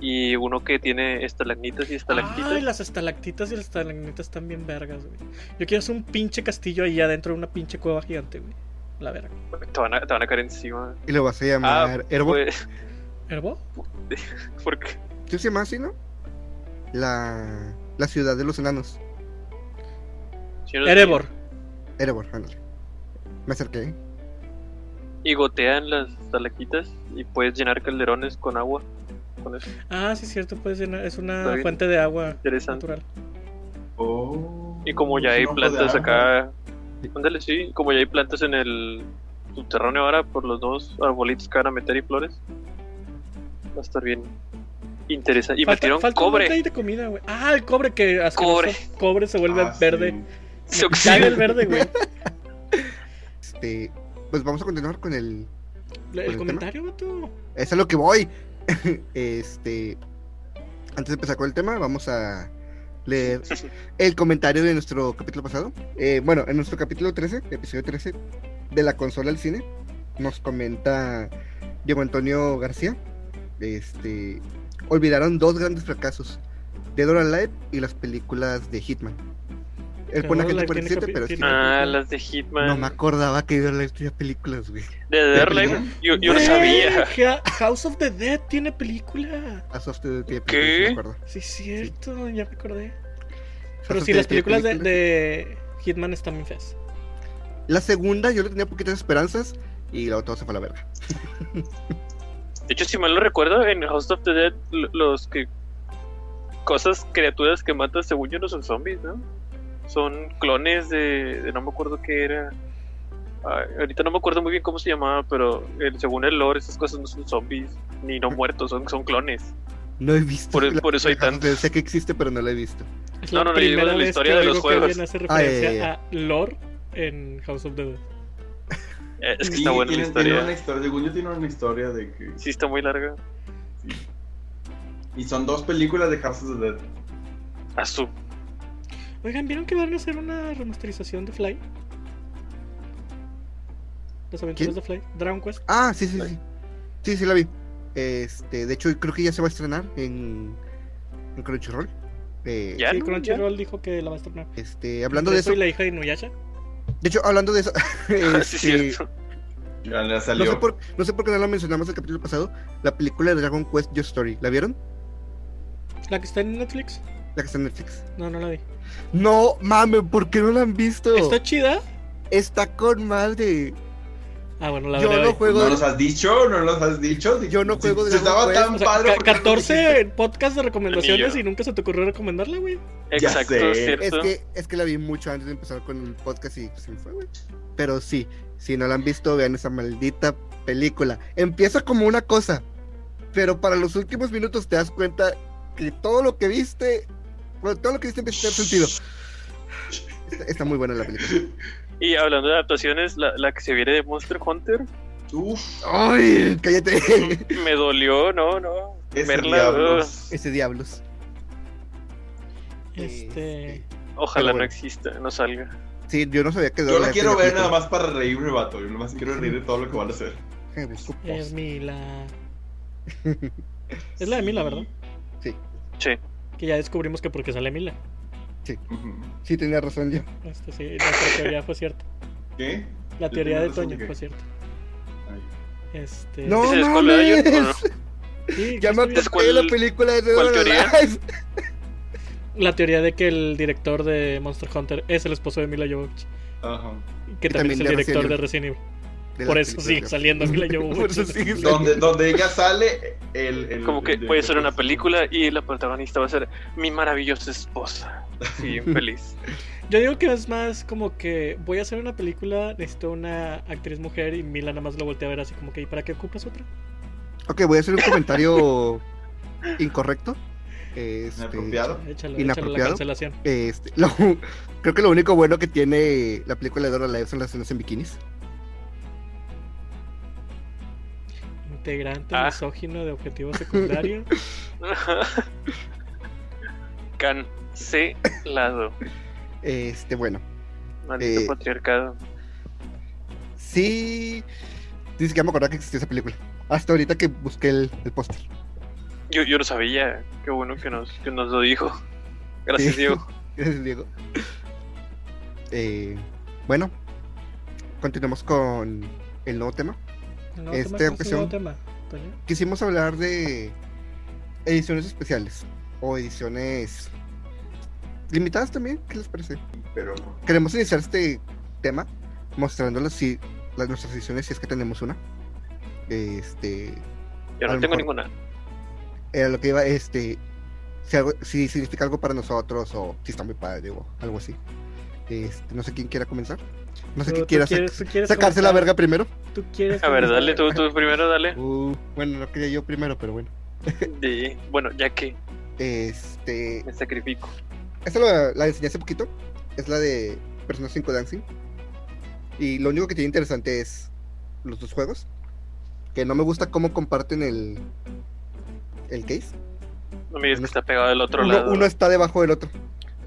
y uno que tiene estalagmitas y estalactitas.
Ay, las estalactitas y las estalagmitas están bien vergas, güey. Yo quiero hacer un pinche castillo ahí adentro de una pinche cueva gigante, güey. La verga.
te, van a, te van a caer encima.
Y lo vas a llamar Herbo.
Pues, *laughs*
¿Herbo?
porque
¿Qué se llama así, no? La, la ciudad de los enanos.
si no-
Erebor.
Erebor, ándale. Me acerqué.
Y gotean las estalactitas y puedes llenar calderones con agua. Con eso.
Ah, sí, es cierto, pues llenar- es
Está
una
bien.
fuente de agua
Interesante.
natural.
Oh,
Y como ya hay
es un ojo
plantas
de agua.
acá, ándale, sí, como ya hay plantas en el subterráneo ahora por los dos arbolitos que van a meter y flores, va a estar bien interesante. Y
Falta-
metieron
falta un monte ahí
cobre,
de comida, güey. Ah, el cobre que asqueroso
Cobre.
cobre se vuelve
Ah, sí.
verde.
se
Me caga el
oxida.
verde, güey.
Este, pues vamos a continuar con el.
Le-
¿Por el
El comentario, vato.
Es a lo que voy. *laughs* este. Antes de empezar con el tema, vamos a leer el comentario de nuestro capítulo pasado. Eh, bueno, en nuestro capítulo 13, episodio 13, de la consola al cine, nos comenta Diego Antonio García. Este. Olvidaron dos grandes fracasos: Dead or Alive y las películas de Hitman. Él pone
Pero
Agente
Live tiene
47,
capi-
pero sí.
tiene-
Ah, las de Hitman.
No me acordaba que Deadlife tenía películas, güey.
de Deadlife.
película?
Yo, yo no
Güey,
sabía.
Ja- House of the Dead tiene película.
House of the Dead tiene
¿Qué?
películas, sí me acuerdo.
Sí, es cierto, ya me acordé.
House
Pero
of
sí,
the
las
Dead tiene
películas de, de Hitman están bien feas.
La segunda yo le tenía poquitas esperanzas y la otra se fue a la verga.
De hecho, si mal no recuerdo, en House of the Dead, lo- los que. Cosas, criaturas que matas, según yo, no son zombies, ¿no? Son clones de. de no me acuerdo qué era. Ay, ahorita no me acuerdo muy bien cómo se llamaba, pero eh, según el lore, esas cosas no son zombies ni no muertos, son, son clones.
No he visto.
Por- e-
la-
por eso hay
House of
tanto.
the Dead. Sé que existe, pero no la he visto.
Es
No, no, no, yo digo de la
vez
historia
que
de los
oigo que
juegos.
alguien hace
Ah, ya, ya,
referencia
ya.
a lore en House of the Dead.
Eh, es que
Sí,
está buena la
tiene- tiene una
historia.
historia. Según yo, tiene una historia de que.
Sí, está muy larga.
Y son dos películas de House of the Dead.
A Ah, su. *laughs*
Oigan, ¿vieron que van a hacer una remasterización de Fly? Las
¿Quién?
aventuras de Fly, Dragon Quest.
Ah, sí, sí, sí. Sí, sí, la vi. Este, de hecho, creo que ya se va a estrenar en, en Crunchyroll. Eh,
Ya,
Sí,
¿no?
Crunchyroll dijo que la va a estrenar.
Este, hablando de
Yo
eso,
Soy la hija de Inuyasha.
de hecho, hablando de eso, *laughs*
Ya. Ah, Sí,
este,
cierto.
Ya la
no,
salió.
sé por, no sé por qué no la mencionamos el capítulo pasado, la película de Dragon Quest Your Story, ¿la vieron?
La que está en Netflix.
La que está en Netflix.
No, no la vi.
No, mames, ¿por qué no la han visto?
¿Está chida?
Está con madre.
Ah, bueno, la
Yo
veré
no
hoy.
juego,
¿No los has dicho? ¿No los has dicho?
Yo no
Sí,
juego Dragon
sí, Estaba
Quest.
tan
O sea,
padre.
ca-
porque-
14 podcasts de
Ni
recomendaciones
yo.
y nunca se te ocurrió recomendarla, güey.
Exacto,
sé.
es
cierto.
que, es que la vi mucho antes de empezar con el podcast y pues, se me fue, güey. Pero sí, si no la han visto, vean esa maldita película. Empieza como una cosa, pero para los últimos minutos te das cuenta que todo lo que viste, bueno, todo lo que viste empieza
este
a tener sentido. Está, está muy buena la película.
Y hablando de adaptaciones, la, la que se viene de Monster Hunter,
Uf,
¡Ay!
*laughs*
¡Cállate!
me dolió, no, no.
ese
Verla, uh,
diablos.
Ese diablos.
Este.
uh, ojalá
Pero bueno.
no exista, no salga.
Sí, yo no sabía que
Yo la
Dora
quiero
tenía
ver nada
película.
más para reírme, vato. Yo nomás quiero reír de todo lo que van a hacer.
Déjame busco
Es
post. *laughs*
Mila. Es la de Mila, ¿verdad?
Sí.
Que ya descubrimos que porque sale Mila.
Ujú.
Sí, tenía razón yo.
Este, sí, nuestra teoría fue cierta.
¿Qué?
La
Yo
teoría
tenía
de
razón,
Toño
¿qué?
fue cierta.
Ay.
Este.
¡No
¿Ese es School
mames!
Legend o no?
sí,
Ya me
estoy bien.
acuerdo.
acordé de la película de
cuál
Dora
teoría?
Life.
La teoría de que el director de Monster Hunter es el esposo de Mila Jovovich.
Ajá.
Que
Y
también
también
es
de
el director de
Resident
Resident Evil.
*laughs* de
Por
las
eso
películas
sigue
de-
saliendo Mila Jovovich.
*laughs* Por eso sigue saliendo.
Donde, donde ella sale, el. el-
Como que
el-
puede ser una película y la protagonista va a ser mi maravillosa esposa.
*laughs*
Sí, feliz. *laughs*
Yo digo que es más como que voy a hacer una película, necesito una actriz mujer y Mila nada más lo voltea a ver así como que, ¿y para qué ocupas otra?
Ok, voy a hacer un comentario incorrecto. Este,
Inapropiado.
Échalo, échalo a la
Inapropiado.
cancelación.
este, lo- *laughs* creo que lo único bueno que tiene la película de Dora Live son las escenas en bikinis.
Integrante
Ah.
misógino de
*laughs*
objetivo secundario.
Cancelado.
Este, bueno,
Maldito
Eh.
patriarcado.
sí. Ni siquiera me acordaba que existía esa película. Hasta ahorita que busqué el, el póster.
Yo, yo no sabía. Qué bueno que nos, que nos lo dijo. Gracias,
Sí.
Diego.
*laughs* Gracias, Diego. Eh, bueno, continuamos con el nuevo tema.
No,
Este,
tema,
aunque
es
sea
un nuevo
un-
tema, Toño?
quisimos hablar de ediciones especiales o ediciones limitadas también. ¿Qué les parece?
Pero.
Queremos iniciar este tema mostrándoles si las nuestras ediciones, si es que tenemos una. Este
Yo
A
no
lo mejor-
tengo ninguna.
era lo que iba, este, si, algo- si significa algo para nosotros o si está muy padre o algo así. Este, no sé quién quiera comenzar. No sé
Tú-
quién quiera
tú
sac-
quieres- tú quieres
sacarse la
comenzar,
verga primero.
Tú quieres
A ver,
comenzar.
dale tú, tú primero, dale.
Uh, bueno, no quería yo primero, pero bueno.
Sí, Bueno, ya que
Este,
me sacrifico.
Esta la, la enseñé hace poquito. Es la de Persona 5 Dancing. Y lo único que tiene interesante es los dos juegos. Que no me gusta cómo comparten el, el case.
No me digas que está pegado del otro
Uno,
lado.
uno está debajo del otro.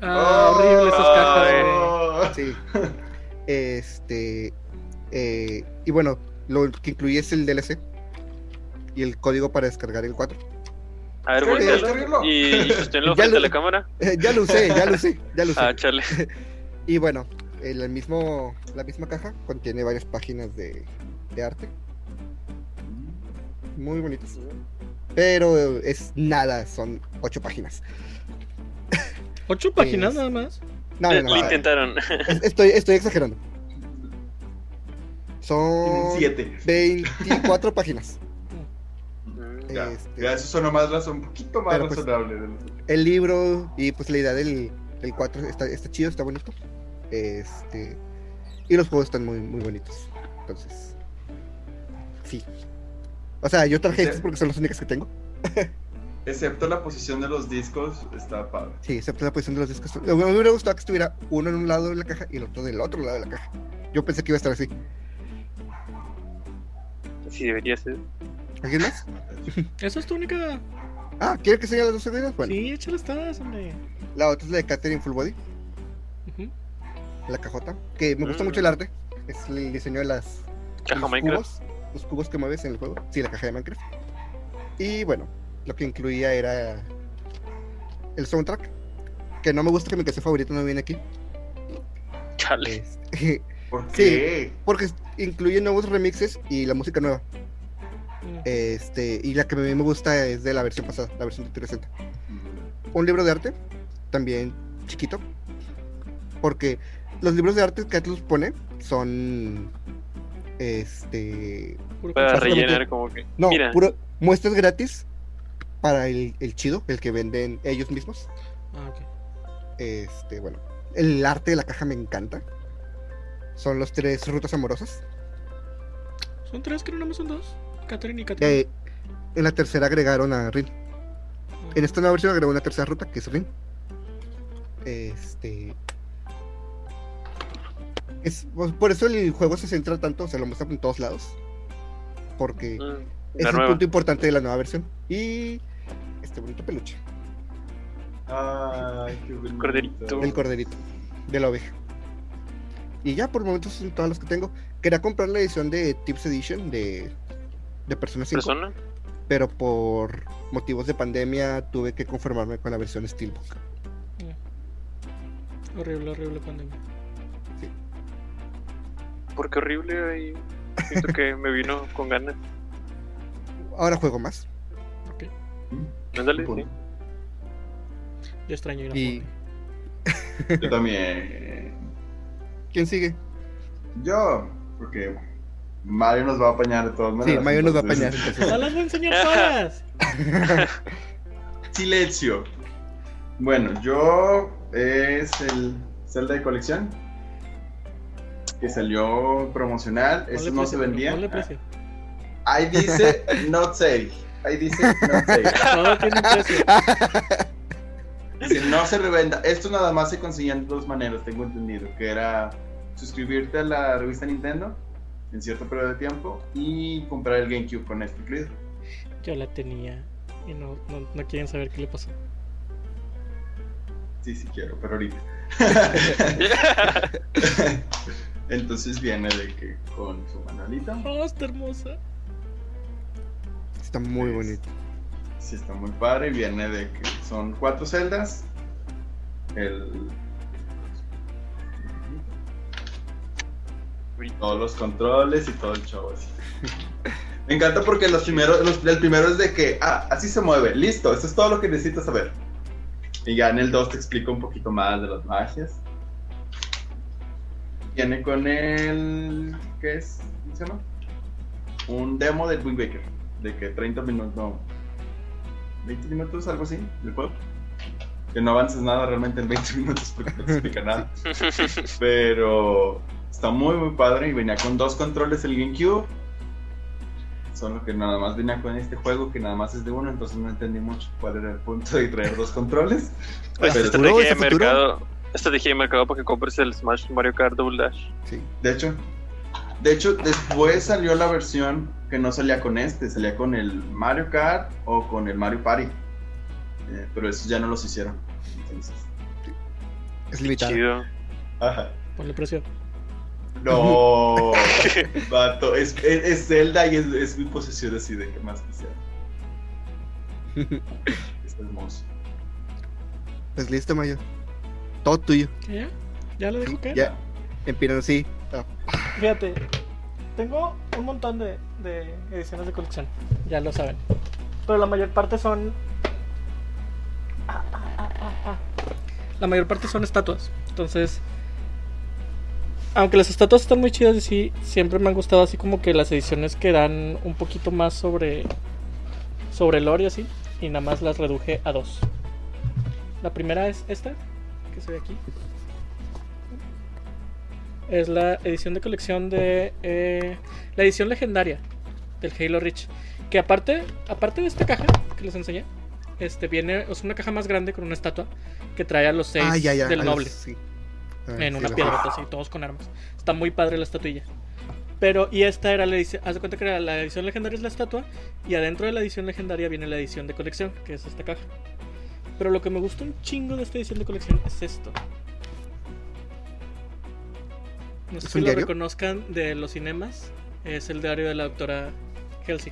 Ah, horrible esas
Oh.
¡Oh!
cajas. güey.
cajas.
Sí. Este. eh, y bueno, lo que incluye es el DLC. Y el código para descargar el *laughs* 4.
A ver,
Creo que
voltealo.
ya está abrirlo.
Y, y usted lo
Eh, Ya
frente
lo-
a la cámara.
ya lo usé, ya lo usé, ya lo usé.
Ah, chale.
Y bueno, el, el mismo, la misma caja contiene varias páginas de, de arte. Muy bonitas. Pero es nada, son ocho páginas.
Ocho páginas
Es-
nada más.
No, Ah, no, no,
Lo
o sea,
intentaron.
es- estoy, estoy exagerando.
Tienen
Son
siete.
*laughs* 24 páginas.
Mm,
Ya,
Este-
ya, eso sonó más razón, un poquito más
Pero pues-
razonable. de lo-
el libro y pues la idea del, 4 está, está chido, está bonito. Este y los juegos están muy muy bonitos. Entonces, sí. O sea, yo traje
Ese-
estas porque son las únicas que tengo.
Excepto la posición de los discos, está padre.
Sí, excepto la posición de los discos. Me me hubiera gustado que estuviera uno en un lado de la caja y el otro del otro lado de la caja. Yo pensé que iba a estar así.
*laughs* Sí, debería ser.
¿Alguien más?
Esa es tu única.
Ah, ¿quiere que señale las dos seguidas? Bueno,
Sí, échale estas, hombre.
la otra es la de Catherine Full Body,
Ujú.
la cajota, que me gusta
Mm.
mucho el arte. Es el diseño de las
Caja
los
Minecraft.
Cubos, los cubos que mueves en el juego. Sí, la caja de Minecraft. Y bueno, lo que incluía era el soundtrack. Que no me gusta que mi canción favorita no viene aquí.
Chale.
Este, *laughs*
¿Por
Sí.
qué?
porque incluye nuevos remixes y la música nueva. Este, y la que a mí me gusta es de la versión pasada, la versión de 360. Un libro de arte, también chiquito. Porque los libros de arte que Atlus pone son. Este.
Puro
Para
pinche-
Básicamente-
rellenar como que.
No,
Mira.
puro- muestras gratis para el, el chido, el que venden ellos mismos.
Ah, ok.
Este, bueno, el arte de la caja me encanta. Son los tres rutas amorosas.
Son tres, que no más son dos. Catherine y Catherine.
Eh, en la tercera agregaron a Rin.
Ah.
En esta nueva versión agregó una tercera ruta que es Rin. Este. Es, pues, por eso el juego se centra tanto, se lo muestra en todos lados. Porque
mm,
es
la
el
nueva.
punto importante de la nueva versión. Y este bonito peluche,
Ay, qué bonito.
Corderito.
del corderito. de la oveja. Y ya por momentos son todas las que tengo. Quería comprar la edición de Tips Edition de, de Persona 5,
Persona.
pero por motivos de pandemia tuve que conformarme con la versión Steelbook.
Mm. Horrible, horrible pandemia.
Porque horrible ahí. Siento que me vino con ganas.
Ahora juego más.
Ok.
Ándale,
*laughs*
sí.
Bueno,
Yo extraño ir a
Y-
Fortnite.
Yo también. eh,
¿Quién sigue?
Yo, porque Mario nos va a apañar de todas
Sí,
maneras.
Mayo nos va a
entonces-
apañar. entonces.
*laughs* ¡No las voy a
*laughs*
enseñar todas!
Silencio. Bueno, yo es el Zelda de colección que salió promocional. Eso
Ponle
no se
precio,
vendía.
Ponle precio.
Ahí
*laughs*
dice not sale. Ahí dice not sale.
Todo tiene un precio.
Dice, no se revenda. Esto nada más se conseguían de dos maneras, tengo entendido. Que era suscribirte a la revista Nintendo en cierto periodo de tiempo y comprar el GameCube con esto incluido.
Yo la tenía y no, no, no quieren saber qué le pasó.
Sí, sí quiero, pero ahorita. *laughs*
Pues
Entonces viene de que con su manualita.
¡Oh, está hermosa!
Está muy
Es-
bonito.
Sí, está muy padre. Viene de que son cuatro celdas. El. Todos los controles y todo el show
*laughs*
así. Me encanta porque los primeros, los- el primero es de que, ah, así se mueve, listo, eso es todo lo que necesitas saber. Y ya en el 2 te explico un poquito más de las magias. Viene con el, ¿qué es? ¿Cómo se llama? Un demo del Wind Waker, de que 30 minutos, no, 20 minutos, algo así, del juego. Que no avances nada realmente en 20 *laughs* minutos porque no te explica nada. Pero está muy, muy padre y venía con dos controles el GameCube. Solo que nada más venía con este juego que nada más es de uno, entonces no entendí mucho cuál era el punto de traer dos controles.
Pues,
Pero-
¿Futuro?
estrategia de
¿Es a futuro?
mercado. Estrategia de mercado para que compres el Smash Mario Kart Double Dash.
Sí.
De hecho, de hecho, después salió la versión que no salía con este, salía con el Mario Kart o con el Mario Party. Eh, pero esos ya no los hicieron. Entonces,
Es limitado.
Chido. Mm,
*laughs* ajá.
Ponle precio.
No, vato, es, es, es Zelda y es, es mi posesión así de que más quisiera. Es hermoso.
Pues listo, Mayo. Todo tuyo.
¿Qué? Ya lo
Sí,
dijo que.
ya empiezan así. ah,
Fíjate, tengo un montón de, de ediciones de colección, ya lo saben. Pero la mayor parte son. Ah, ah, ah, ah, ah. La mayor parte son estatuas. Entonces, aunque las estatuas están muy chidas y sí, siempre me han gustado así como que las ediciones que dan un poquito más sobre sobre el lore y así, y nada más las reduje a dos. La primera es esta, que se ve aquí. Es la edición de colección de. eh, la edición legendaria del Halo Reach. Que aparte, aparte de esta caja que les enseñé, este viene. Es una caja más grande con una estatua que trae a los seis
ah, ya, ya.
del
a los-
noble
sí. Ah,
en
sí,
una
los-
piedrota así, todos con armas. Está muy padre la estatuilla. Pero, y esta era la edición, haz de cuenta que era la edición legendaria es la estatua, y adentro de la edición legendaria viene la edición de colección, que es esta caja. Pero lo que me gusta un chingo de esta edición de colección es esto. No sé
¿Es
si
un
lo
diario?
reconozcan de los cinemas, es el diario de la doctora Halsey.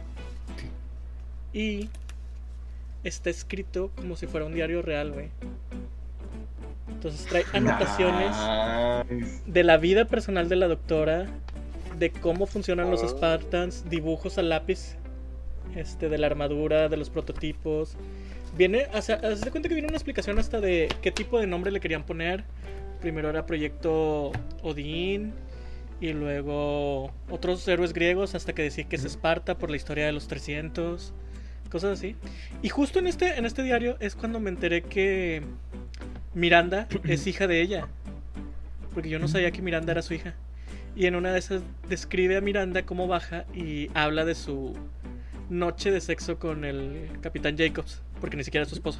Y está escrito como si fuera un diario real, güey. Entonces trae anotaciones
Nice.
de la vida personal de la doctora, de cómo funcionan los
Ah.
Spartans, dibujos a lápiz, este, de la armadura, de los prototipos. Viene, o sea, haz de cuenta que viene una explicación hasta de qué tipo de nombre le querían poner. Primero era Proyecto Odín y luego otros héroes griegos hasta que decir que es Esparta por la historia de los 300, cosas así. Y justo en este, en este diario es cuando me enteré que Miranda es hija de ella. Porque yo no sabía que Miranda era su hija. Y en una de esas describe a Miranda cómo baja y habla de su noche de sexo con el capitán Jacobs, porque ni siquiera es su esposo.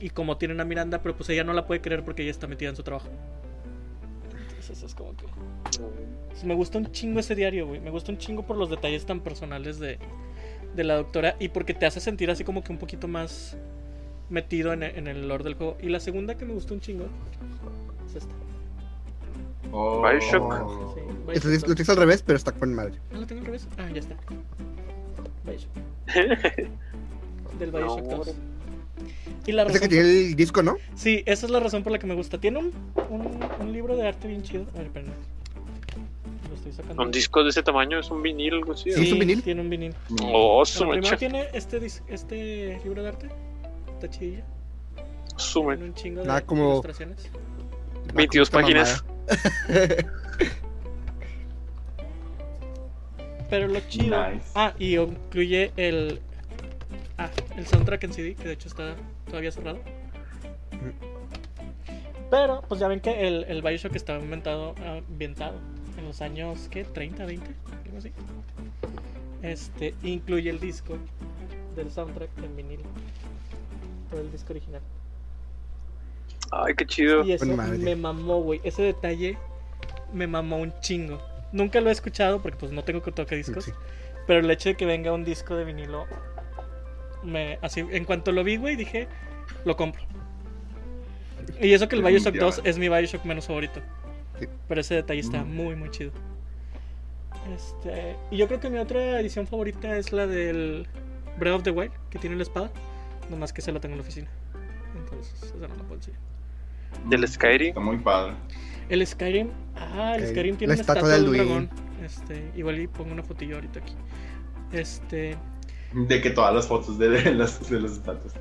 Y como tienen a Miranda, pero pues ella no la puede creer porque ella está metida en su trabajo. Entonces es como que... Entonces, Me gusta un chingo ese diario, güey. Me gusta un chingo por los detalles tan personales de, de la doctora y porque te hace sentir así como que un poquito más metido en, e- en el lore del juego. Y la segunda que me gustó un chingo es esta.
Oh.
Bioshock.
Sí,
Entonces, Este lo
Bioshock.
tienes al revés, pero está con madre.
Ah, ¿Lo tengo al revés? Ah, ya está.
*laughs*
Bioshock. Del
No,
Bioshock 2.
hombre.
Y la
Ese que
razón
tiene el disco, ¿no?
Sí, esa es la razón por la que me gusta. Tiene un, un, un libro de arte bien chido. A ver, espérenme. Lo estoy sacando.
Un disco de ese tamaño es un vinil, algo así.
Sí, es un vinil.
Tiene un vinil.
Oh, su
Bueno, primero
mecha.
tiene este, dis- este libro de arte. Está chidillo.
Su mecha.
Tiene un chingo de
Nada como-
ilustraciones.
Ah,
22
como esta
páginas.
mamada.
Pero lo chido.
Nice.
Ah, y incluye el. Ah, el soundtrack en CD, que de hecho está todavía cerrado. Pero, pues ya ven que el, el Bioshock estaba inventado, ambientado en los años, ¿qué? ¿30, 20? Algo así. Este, incluye el disco del soundtrack en vinil. Todo el disco original.
Ay, qué chido.
Y eso
Con madre.
me mamó, güey. Ese detalle me mamó un chingo. Nunca lo he escuchado porque pues no tengo que tocar discos.
Sí.
Pero el hecho de que venga un disco de vinilo, me, así, en cuanto lo vi, güey, dije, lo compro. Y eso que el Bioshock 2 es mi Bioshock menos favorito.
Sí.
Pero ese detalle está
Mm.
muy, muy chido. Este, y yo creo que mi otra edición favorita es la del Breath of the Wild, que tiene la espada. Nomás que se la tengo en la oficina. Entonces, esa no la puedo enseñar.
Del Skyrim.
Está muy padre.
El Skyrim. Ah, el
Ok,
Skyrim tiene
la
una
estatua
estatua de
del
un
Alduin.
dragón. Este, igual y pongo una fotillo ahorita aquí. Este, *laughs*
De que todas las fotos de, de las, de las estatuas.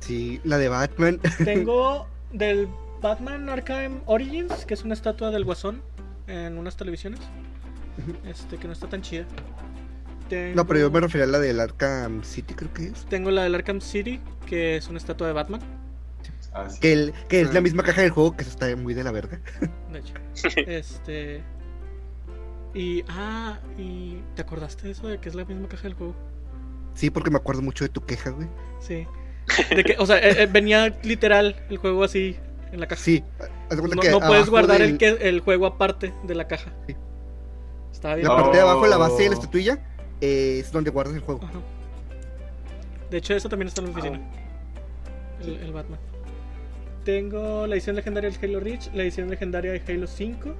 Sí, la de Batman. *laughs*
tengo del Batman Arkham Origins, que es una estatua del Guasón en unas televisiones.
Ujú.
Este, que no está tan chida. Tengo,
No, pero yo me refería a la del Arkham City, creo que es.
tengo la del Arkham City, que es una estatua de Batman.
Ah, sí.
Que, el- que es la
Ah.
misma caja del juego que eso está muy de la verga.
De hecho. este. Y. Ah, y. ¿Te acordaste de eso de que es la misma caja del juego?
Sí, porque me acuerdo mucho de tu queja, güey.
Sí. De que, o sea, eh, eh, venía literal el juego así en la caja.
Sí, haz de cuenta
no
que
no puedes
abajo
guardar
del-
el, que, el juego aparte de la caja.
Sí.
Estaba bien.
La parte de abajo, la base de la
Oh.
estatuilla, eh, es donde guardas el juego.
Ajá. De hecho, eso también está en la
Ah,
oficina.
Ah,
El, el Batman. Tengo la edición legendaria del Halo Reach, la edición legendaria de Halo 5,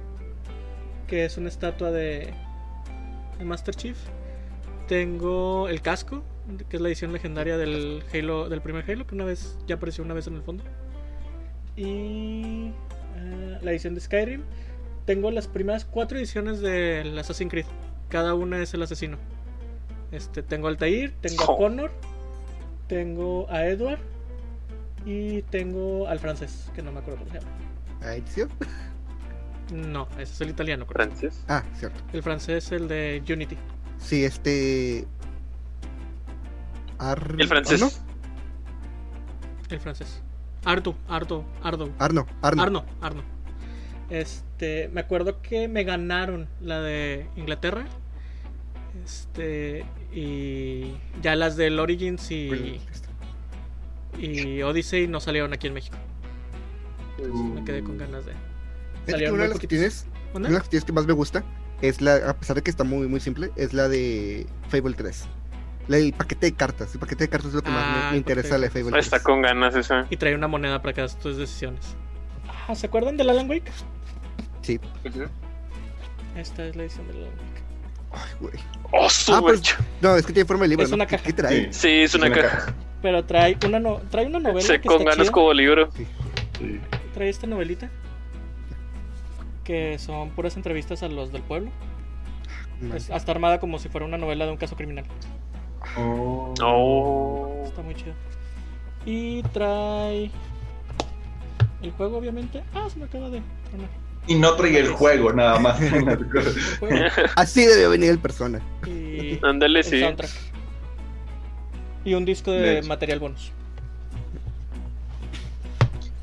que es una estatua de, de Master Chief. Tengo el casco, que es la edición legendaria del Halo, del primer Halo, que una vez ya apareció una vez en el fondo. Y eh, la edición de Skyrim. Tengo las primeras cuatro ediciones del Assassin's Creed. Cada una es el asesino. Este, tengo a Altair, tengo a
Jo.
Connor, tengo a Edward y tengo al francés, que no me acuerdo cómo se llama.
¿A Ezio?
No, ese es el italiano, creo.
Francés.
Ah, cierto.
El francés es el de Unity.
Sí, este. Ar- ¿ah,
El francés.
Arno?
El francés. Ardo, Ardo, Ardo.
Arno, Arno.
Arno, Arno. Este, me acuerdo que me ganaron la de Inglaterra. Este, y ya las del Origins y, y Odyssey no salieron aquí en México. Entonces Pues me quedé con ganas de.
Es que
salieron
una de
muy
las que
poquitos.
tienes,
¿Mande?
una de las que tienes que más me gusta es la, a pesar de que está muy muy simple, es la de Fable 3. La del paquete de cartas. El paquete de cartas es lo que
Ah,
más me- me,
el
interesa la de
paquete de
Fable
Ah,
3.
Está con ganas esa.
Y trae una moneda para cada tus decisiones. Ah, ¿se acuerdan del Alan Wake?
Sí.
Esta es la edición del Alan Wake.
Ay, güey.
Oh, su
Ah, pues-
mecha.
No, es que tiene forma de libro.
Es
¿no?
una
¿Qué-
caja.
¿Qué trae?
Sí.
Sí, es una
Una
caja.
Pero trae una, no- trae una novela.
Se
que
con
está
ganas
chida.
como libro.
Sí.
trae esta novelita que son puras entrevistas a los del pueblo. Es hasta armada como si fuera una novela de un caso criminal.
Oh.
No.
Está muy chido. Y trae el juego, obviamente. Ah, se me acaba de tronar
Y no traía el juego,
*laughs*
nada más.
el juego.
Así debió venir el persona.
*laughs*
Y
Ándale,
el
sí.
soundtrack. Y un disco de
Nice.
material bonus.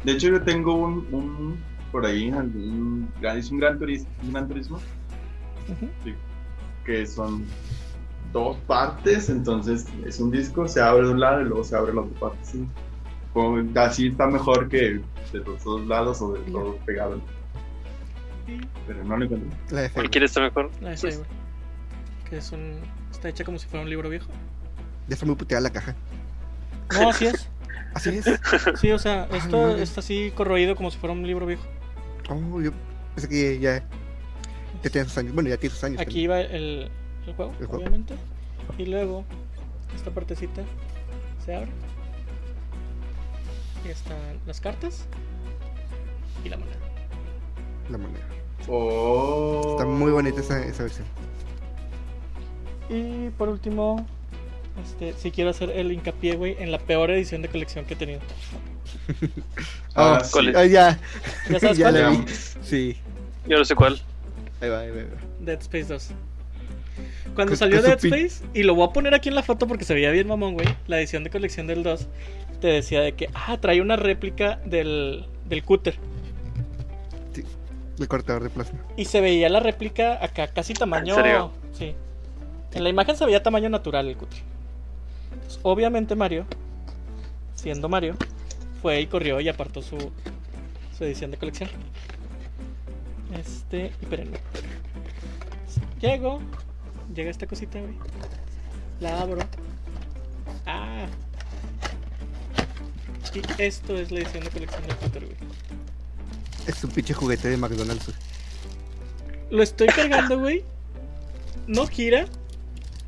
De hecho, yo tengo un, un por ahí, un, gran- es un gran, turis- un gran turismo, que son dos partes, entonces es un disco, se abre de un lado y luego se abre la otra parte. Sí. Como- así está mejor que de los dos lados o de todo pegado,
Y
pero no lo encuentro.
La de
¿Cuál
Fable.
quiere está mejor?
la de
Pues-
Cyber, Que es un. Está hecha como si fuera un libro
*laughs*
viejo.
Ya está muy puteada la caja.
No, así es.
Así
*laughs*
es.
Sí, o sea,
no
esto
mames.
está así corroído como si fuera un libro viejo.
Oh, yo pensé que ya, ya tiene sus años. Bueno, ya tiene sus años.
Aquí va el, el juego,
El juego.
obviamente. Y luego, esta partecita se abre. Y están las cartas y la moneda.
La moneda.
Oh.
Está muy bonita esa, esa versión.
Y por último, este, si quiero hacer el hincapié, güey, en la peor edición de colección que
*laughs*
he tenido.
Ah,
Ah,
sí.
¿cuál es?
Ah, ya.
¿Ya sabes
Ya
cuál?
la vi.
Ya.
Sí.
Yo no sé cuál.
Ahí va, ahí va. ahí va.
Dead Space 2. Cuando
Que-
salió
que
Dead
su pin-
Space, y lo voy a poner aquí en la foto porque se veía bien mamón, güey, la edición de colección del 2, te decía de que, ah, trae una réplica del, del cúter.
El cortador de plasma.
Y se veía la réplica acá, casi tamaño.
¿En serio?
Sí. En la imagen se veía tamaño natural el cutre. Entonces, obviamente Mario, siendo Mario, fue y corrió y apartó su, su edición de colección. Este, espérenme. Llego, llega esta cosita, güey. La abro. Ah. Y esto es la edición de colección del cutre, güey.
Es un pinche juguete de McDonald's. güey.
Lo estoy cargando, güey. No gira.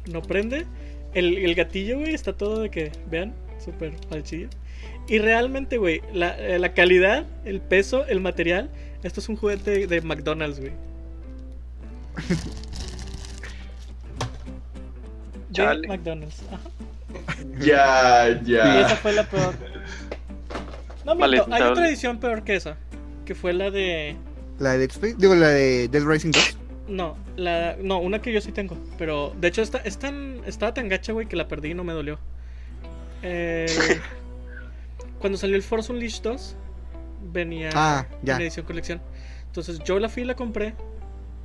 No prende. El, el gatillo, güey, está todo de que, vean, súper falchillo. Y realmente, güey, la, eh, la calidad, el peso, el material, esto es un juguete de McDonald's, güey. De
Chale.
McDonald's. Ajá.
Ya,
Y esa
ya.
fue la peor. No, miento, hay
Lamentable.
otra edición peor que esa. Que fue la de.
La de Dead Space. Digo, la de Dead Rising 2.
No, la, no, una que yo sí tengo. Pero de hecho está, es tan- estaba tan gacha, güey, que la perdí y no me dolió.
*laughs*
Eh, cuando salió el Force Unleashed 2, venía
Ah, ya.
en edición colección. Entonces yo la fui y la compré.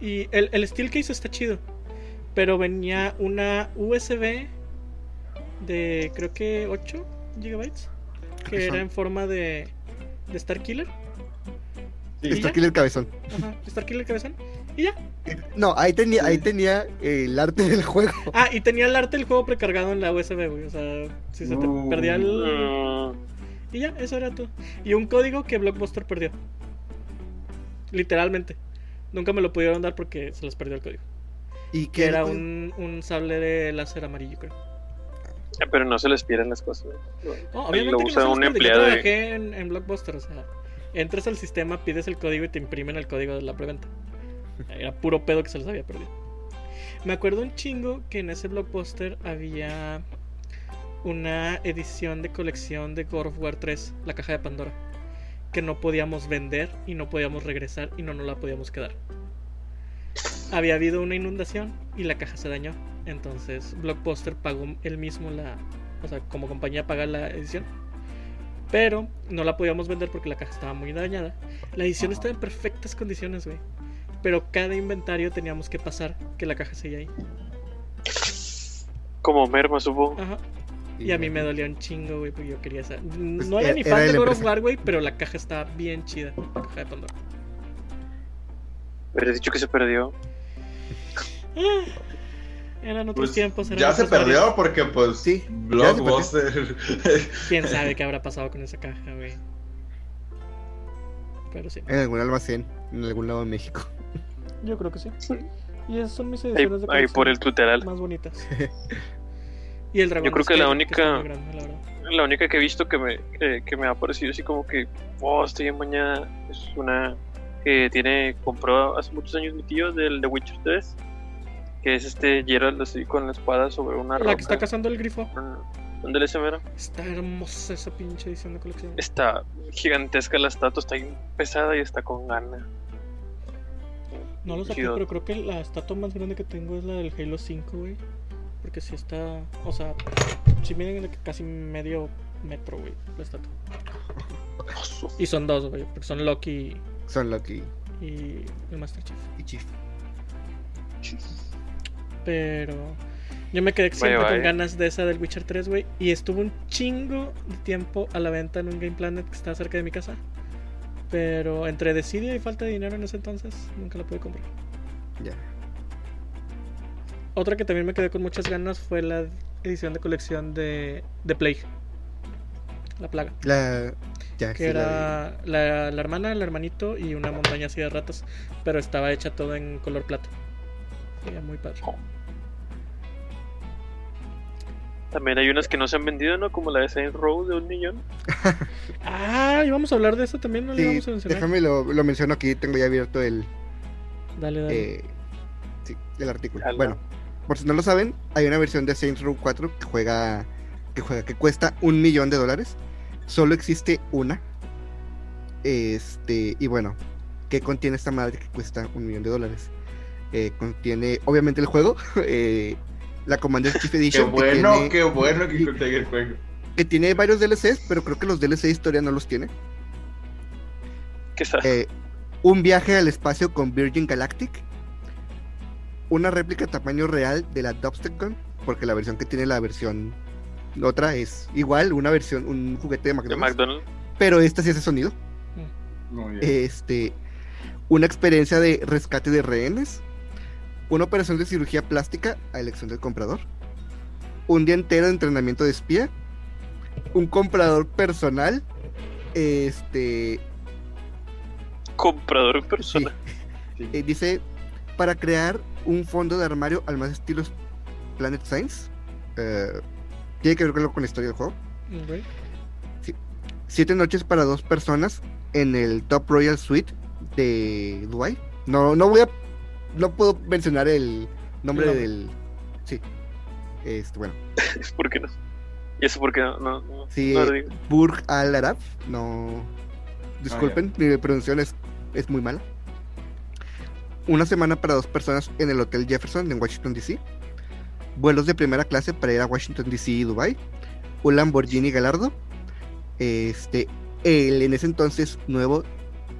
Y el, el Steel Case está chido. Pero venía una USB de creo que 8 GB.
que
Que
son.
era en forma de, de Star Killer.
Sí.
Está aquí el cabezón.
Ajá, Star Killer cabezón. Y ya,
No, ahí tenía, ahí
Sí.
tenía el arte del juego.
Ah, y tenía el arte del juego precargado en la USB, güey. O sea, si se te
No.
perdía el.
Mm,
Y ya, eso era todo. Y un código que Blockbuster perdió. Literalmente. Nunca me lo pudieron dar porque se les perdió el código.
Y
Que era
el-
un, un sable de láser amarillo, creo.
Pero no se les pierden las cosas.
No,
Ahí lo
Oh, obviamente que
usa
no se los
un
perdí, yo
empleado de-
trabajé en, en Blockbuster, o sea. entras al sistema, pides el código y te imprimen el código de la preventa. Era puro pedo que se los había perdido. Me acuerdo un chingo que en ese blockbuster había una edición de colección de God of War 3, la caja de Pandora, que no podíamos vender y no podíamos regresar y no nos la podíamos quedar. Había habido una inundación y la caja se dañó. Entonces Blockbuster pagó él mismo la. O sea, como compañía paga la edición. Pero no la podíamos vender porque la caja estaba muy dañada. La edición estaba en perfectas condiciones, güey. Pero cada inventario teníamos que pasar que la caja seguía ahí.
Como merma, supongo.
Ajá.
Y
Y a mí me
bueno,
dolía un chingo, güey, porque yo quería esa.
Pues
No
era-
era ni
era
fan
de
de
la
God of
empresa.
War, güey, pero la caja estaba bien chida. La caja de Pandora.
Hubieras dicho que se perdió.
Ah, eran otros
Pues,
tiempos. eran
ya se
otros horarios.
perdió porque pues
Sí, ya se *laughs*
Blockbuster.
Quién sabe qué habrá pasado con esa caja, güey. Pero sí.
En algún almacén, en algún lado de México.
Yo creo que sí. Y esas son mis
Ahí,
ediciones de
ahí
colección
por el tuteral.
más bonitas. Y el dragón.
Yo creo que la
está
única-
muy grande, la verdad.
La única que he visto que me, eh, que, que me ha parecido así como que, oh, estoy bien mañana, es una que tiene, compró hace muchos años mi tío del The Witcher 3, que es este Gerald así con la espada sobre una
La que está
roca.
cazando el grifo.
Un- un DLC mero.
Está hermosa esa pinche edición de colección.
Está gigantesca la estatua, está bien pesada y está con gana.
No lo saqué,
Chido.
pero creo que la estatua más grande que tengo es la del Halo 5, güey. Porque sí está. O sea, sí miren de que casi medio metro, güey, la estatua. Y son dos, güey, porque son Loki
Son Loki
y el Master Chief.
y Chief.
Pero yo me quedé siempre
Vaya,
con
vaya.
ganas de esa del Witcher 3, güey. Y estuvo un chingo de tiempo a la venta en un Game Planet que está cerca de mi casa. Pero entre desidia y falta de dinero en ese entonces, nunca la pude comprar.
Ya.
Otra que también me quedé con muchas ganas fue la edición de colección de, de Plague. La plaga.
La. Ya, Ah, sí, la
Que
de-
era la, la hermana, el hermanito y una montaña así de ratas. Pero estaba hecha todo en color plata. Era muy padre.
También hay unas que no se han vendido, ¿no? Como la de Saint Row de un millón.
Ah, y vamos a hablar de eso también, no le
Sí,
vamos a mencionar.
déjame lo, lo menciono aquí, tengo ya abierto el,
Dale, dale.
eh, sí, el artículo.
Ala.
Bueno, por si no lo saben, hay una versión de Saints Row 4 que juega, que juega, que cuesta un millón de dólares. Solo existe una. Este, y bueno, ¿qué contiene esta madre que cuesta un millón de dólares? Eh, contiene, obviamente, el juego, *laughs* eh, la Commander Chief
qué
Edition. que
bueno,
tiene- *laughs*
qué bueno que encontré el juego.
que tiene varios DLCs, pero creo que los DLC de historia no los tiene.
Que está.
Eh, un viaje al espacio con Virgin Galactic. Una réplica a tamaño real de la Dubstepcon, porque la versión que tiene la versión otra es igual, una versión, un juguete de
de
McDonald's,
McDonald's.
pero esta sí hace sonido.
Muy bien.
Este, una experiencia de rescate de rehenes. Una operación de cirugía plástica a elección del comprador. Un día entero de entrenamiento de espía. Un comprador personal. Este,
Comprador en
Sí.
persona.
Sí.
Eh, dice, para crear un fondo de armario al más estilo Planet Science. eh, tiene que ver con, lo- con la historia del juego.
Ok.
Siete noches para dos personas en el Top Royal Suite de Dubai. No, no voy a... No puedo mencionar el nombre
El nombre.
del... Sí. Este, bueno.
*laughs* ¿Por qué no? Y eso porque no, no, no,
Sí,
no
eh,
lo digo.
Burj Al Arab. No. Disculpen, mi pronunciación es, es muy mala. Una semana para dos personas en el Hotel Jefferson en Washington DC. Vuelos de primera clase para ir a Washington DC y Dubai. Un Lamborghini Galardo. Este, el en ese entonces nuevo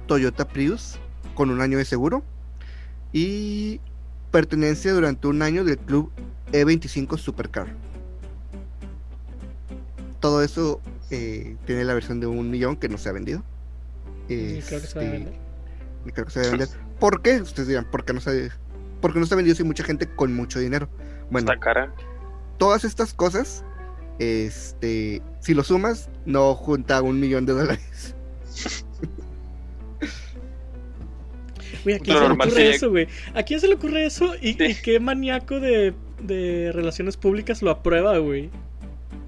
Toyota Prius con un año de seguro. Y pertenencia durante un año del club E25 Supercar. Todo eso eh, tiene la versión de un millón que no se ha vendido.
Y creo que se va a
Este,
vender.
y creo que se debe vender. ¿Por qué? Ustedes dirán, ¿por qué no se, por qué no se ha vendido si hay mucha gente con mucho dinero? Bueno,
Está cara.
todas estas cosas, este, si lo sumas, no junta un millón de dólares. *laughs*
Güey, ¿a
Lo
quién se le
normal
ocurre
sería-
eso, güey? ¿A quién se le ocurre eso? ¿Y,
Sí.
y qué maníaco de, de relaciones públicas lo aprueba, güey?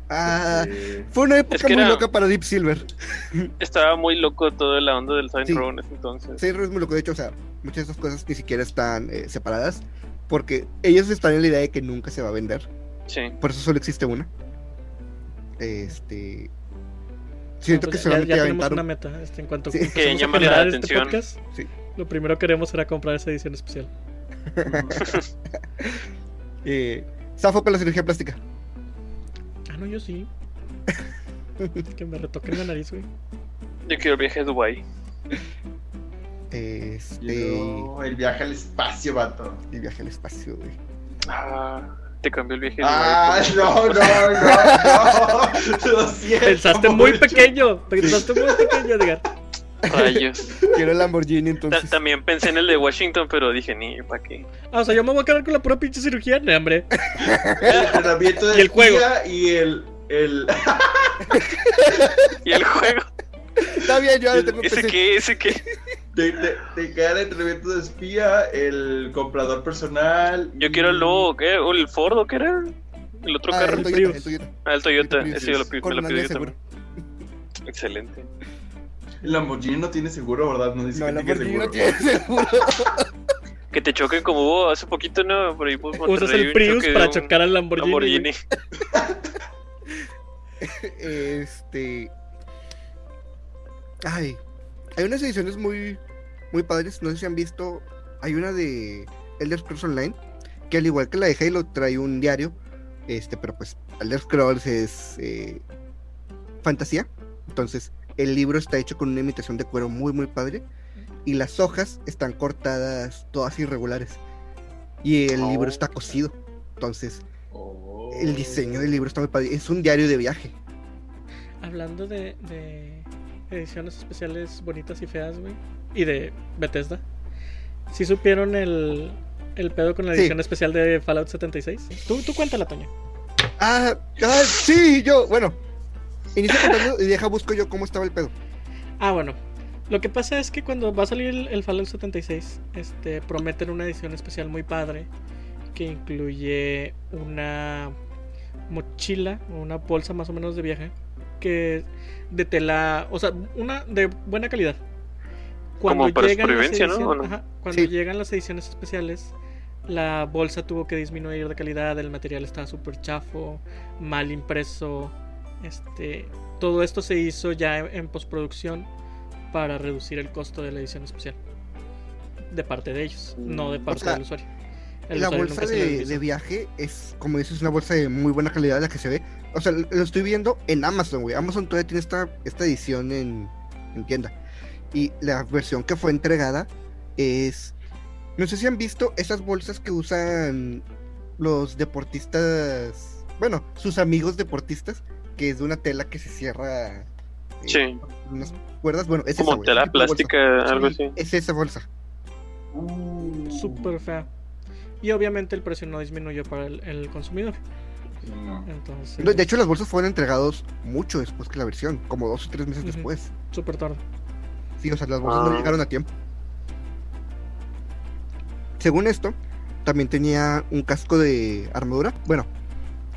Ah,
Eh,
fue una época
Es que
muy
era-
loca para Deep Silver.
Estaba muy loco toda la onda del Sign
Sí.
Row en ese entonces.
Sailor es muy loco. De hecho, o sea, muchas de esas cosas ni siquiera están eh, separadas. Porque ellos están en la idea de que nunca se va a vender.
Sí.
Por eso solo existe una. Este. Siento
Entonces,
que
Ah, pues,
solamente
ya, ya tenemos
aventaron.
una meta. este, en cuanto
Sí.
empecemos
Que
a
llama la
generar este
atención.
Sí.
lo primero que queremos era comprar esa edición especial.
Eh, Zafo con la cirugía plástica.
Ah, no,
*laughs*
yo sí. que me retoquen la nariz,
*laughs*
güey.
Yo quiero el viaje a Dubai.
Este.
yo- el viaje al espacio, vato.
El viaje al espacio, güey.
Ah, te cambió el viaje a
Ah,
Dubái por-
no, no, no, *laughs* no. Lo siento.
Pensaste muy
mucho.
pequeño. Pensaste muy pequeño, Edgar.
*laughs*
Rayos.
Quiero el Lamborghini,
Ta-
Ah, entonces.
También pensé en el de Washington, pero dije, ni, ¿para qué?
Ah, o sea, yo me voy a quedar con la pura pinche cirugía, no, hombre.
El entrenamiento
*laughs*
del
Y el juego.
día Y el. el...
*laughs*
*laughs*
Y el juego.
Está bien, yo ahora tengo
¿Ese
PC.
qué? ¿Ese qué?
Te, te, te queda el entrenamiento de espía, el comprador personal.
Yo
y-
quiero el nuevo, ¿qué? ¿O ¿El Ford o qué era? El otro
Ah,
carro.
el
el
Toyota, el
Prius.
Toyota.
Ah, el Toyota.
Prius,
Ese yo lo pi-
con
me lo
manual de
pido yo
seguro.
también. Excelente.
El Lamborghini no tiene seguro, ¿verdad? No dice
No,
que
el
tiene
Lamborghini
seguro.
no tiene seguro.
Que te choquen como hubo hace poquito, ¿no? Por ahí por
*laughs* Usas
Monterrey,
el
un
Prius
choque de
para
un
chocar al Lamborghini.
Lamborghini.
güey.
Este. Ay. Hay unas ediciones muy. Muy padres. No sé si han visto. Hay una de Elder Scrolls Online. Que al igual que la de Halo trae un diario. Este, pero pues Elder Scrolls es. eh, fantasía. Entonces, el libro está hecho con una imitación de cuero muy, muy padre. Y las hojas están cortadas todas irregulares. Y el libro
Oh.
está cosido. Entonces,
Oh.
el diseño del libro está muy padre. Es un diario de viaje.
Hablando de, de ediciones especiales bonitas y feas, güey. Y de Bethesda. ¿Sí supieron el, el pedo con la
Sí.
edición especial de Fallout 76? Tú, tú cuéntala, Toño.
Ah, ah, sí, yo, bueno. Inicia contando y deja busco yo cómo estaba el pedo.
Ah, bueno. Lo que pasa es que cuando va a salir el, el Fallout 76, este, prometen una edición especial muy padre que incluye una mochila o una bolsa más o menos de viaje que de tela, o sea, una de buena calidad.
Como para
llegan las
supervivencia, ¿no? ¿O no?
ajá, cuando
Sí.
llegan las ediciones especiales, la bolsa tuvo que disminuir de calidad, el material estaba súper chafo, mal impreso, este, todo esto se hizo ya en, en postproducción para reducir el costo de la edición especial. De parte de ellos, no de parte
Mm. sea,
del usuario. El
la
usuario
bolsa
nunca se le
de,
avisó.
de viaje es, como dices, una bolsa de muy buena calidad la que se ve. O sea, lo estoy viendo en Amazon, güey. Amazon todavía tiene esta, esta edición en, en tienda. Y la versión que fue entregada es. No sé si han visto esas bolsas que usan los deportistas. Bueno, sus amigos deportistas, que es de una tela que se cierra. eh,
Sí,
unas cuerdas. Bueno, es esa,
como
güey,
tela
ese tipo de bolsa.
plástica, algo
Sí,
así.
Es esa bolsa.
Uh.
Súper fea. Y obviamente el precio no disminuyó para el, el consumidor.
No.
Entonces,
No, De hecho, las bolsas fueron entregados mucho después que la versión, como dos o tres meses
Ujú.
después.
súper tarde.
Sí, o sea, las bolsas no
Ah.
llegaron a tiempo. Según esto, también tenía un casco de armadura. Bueno,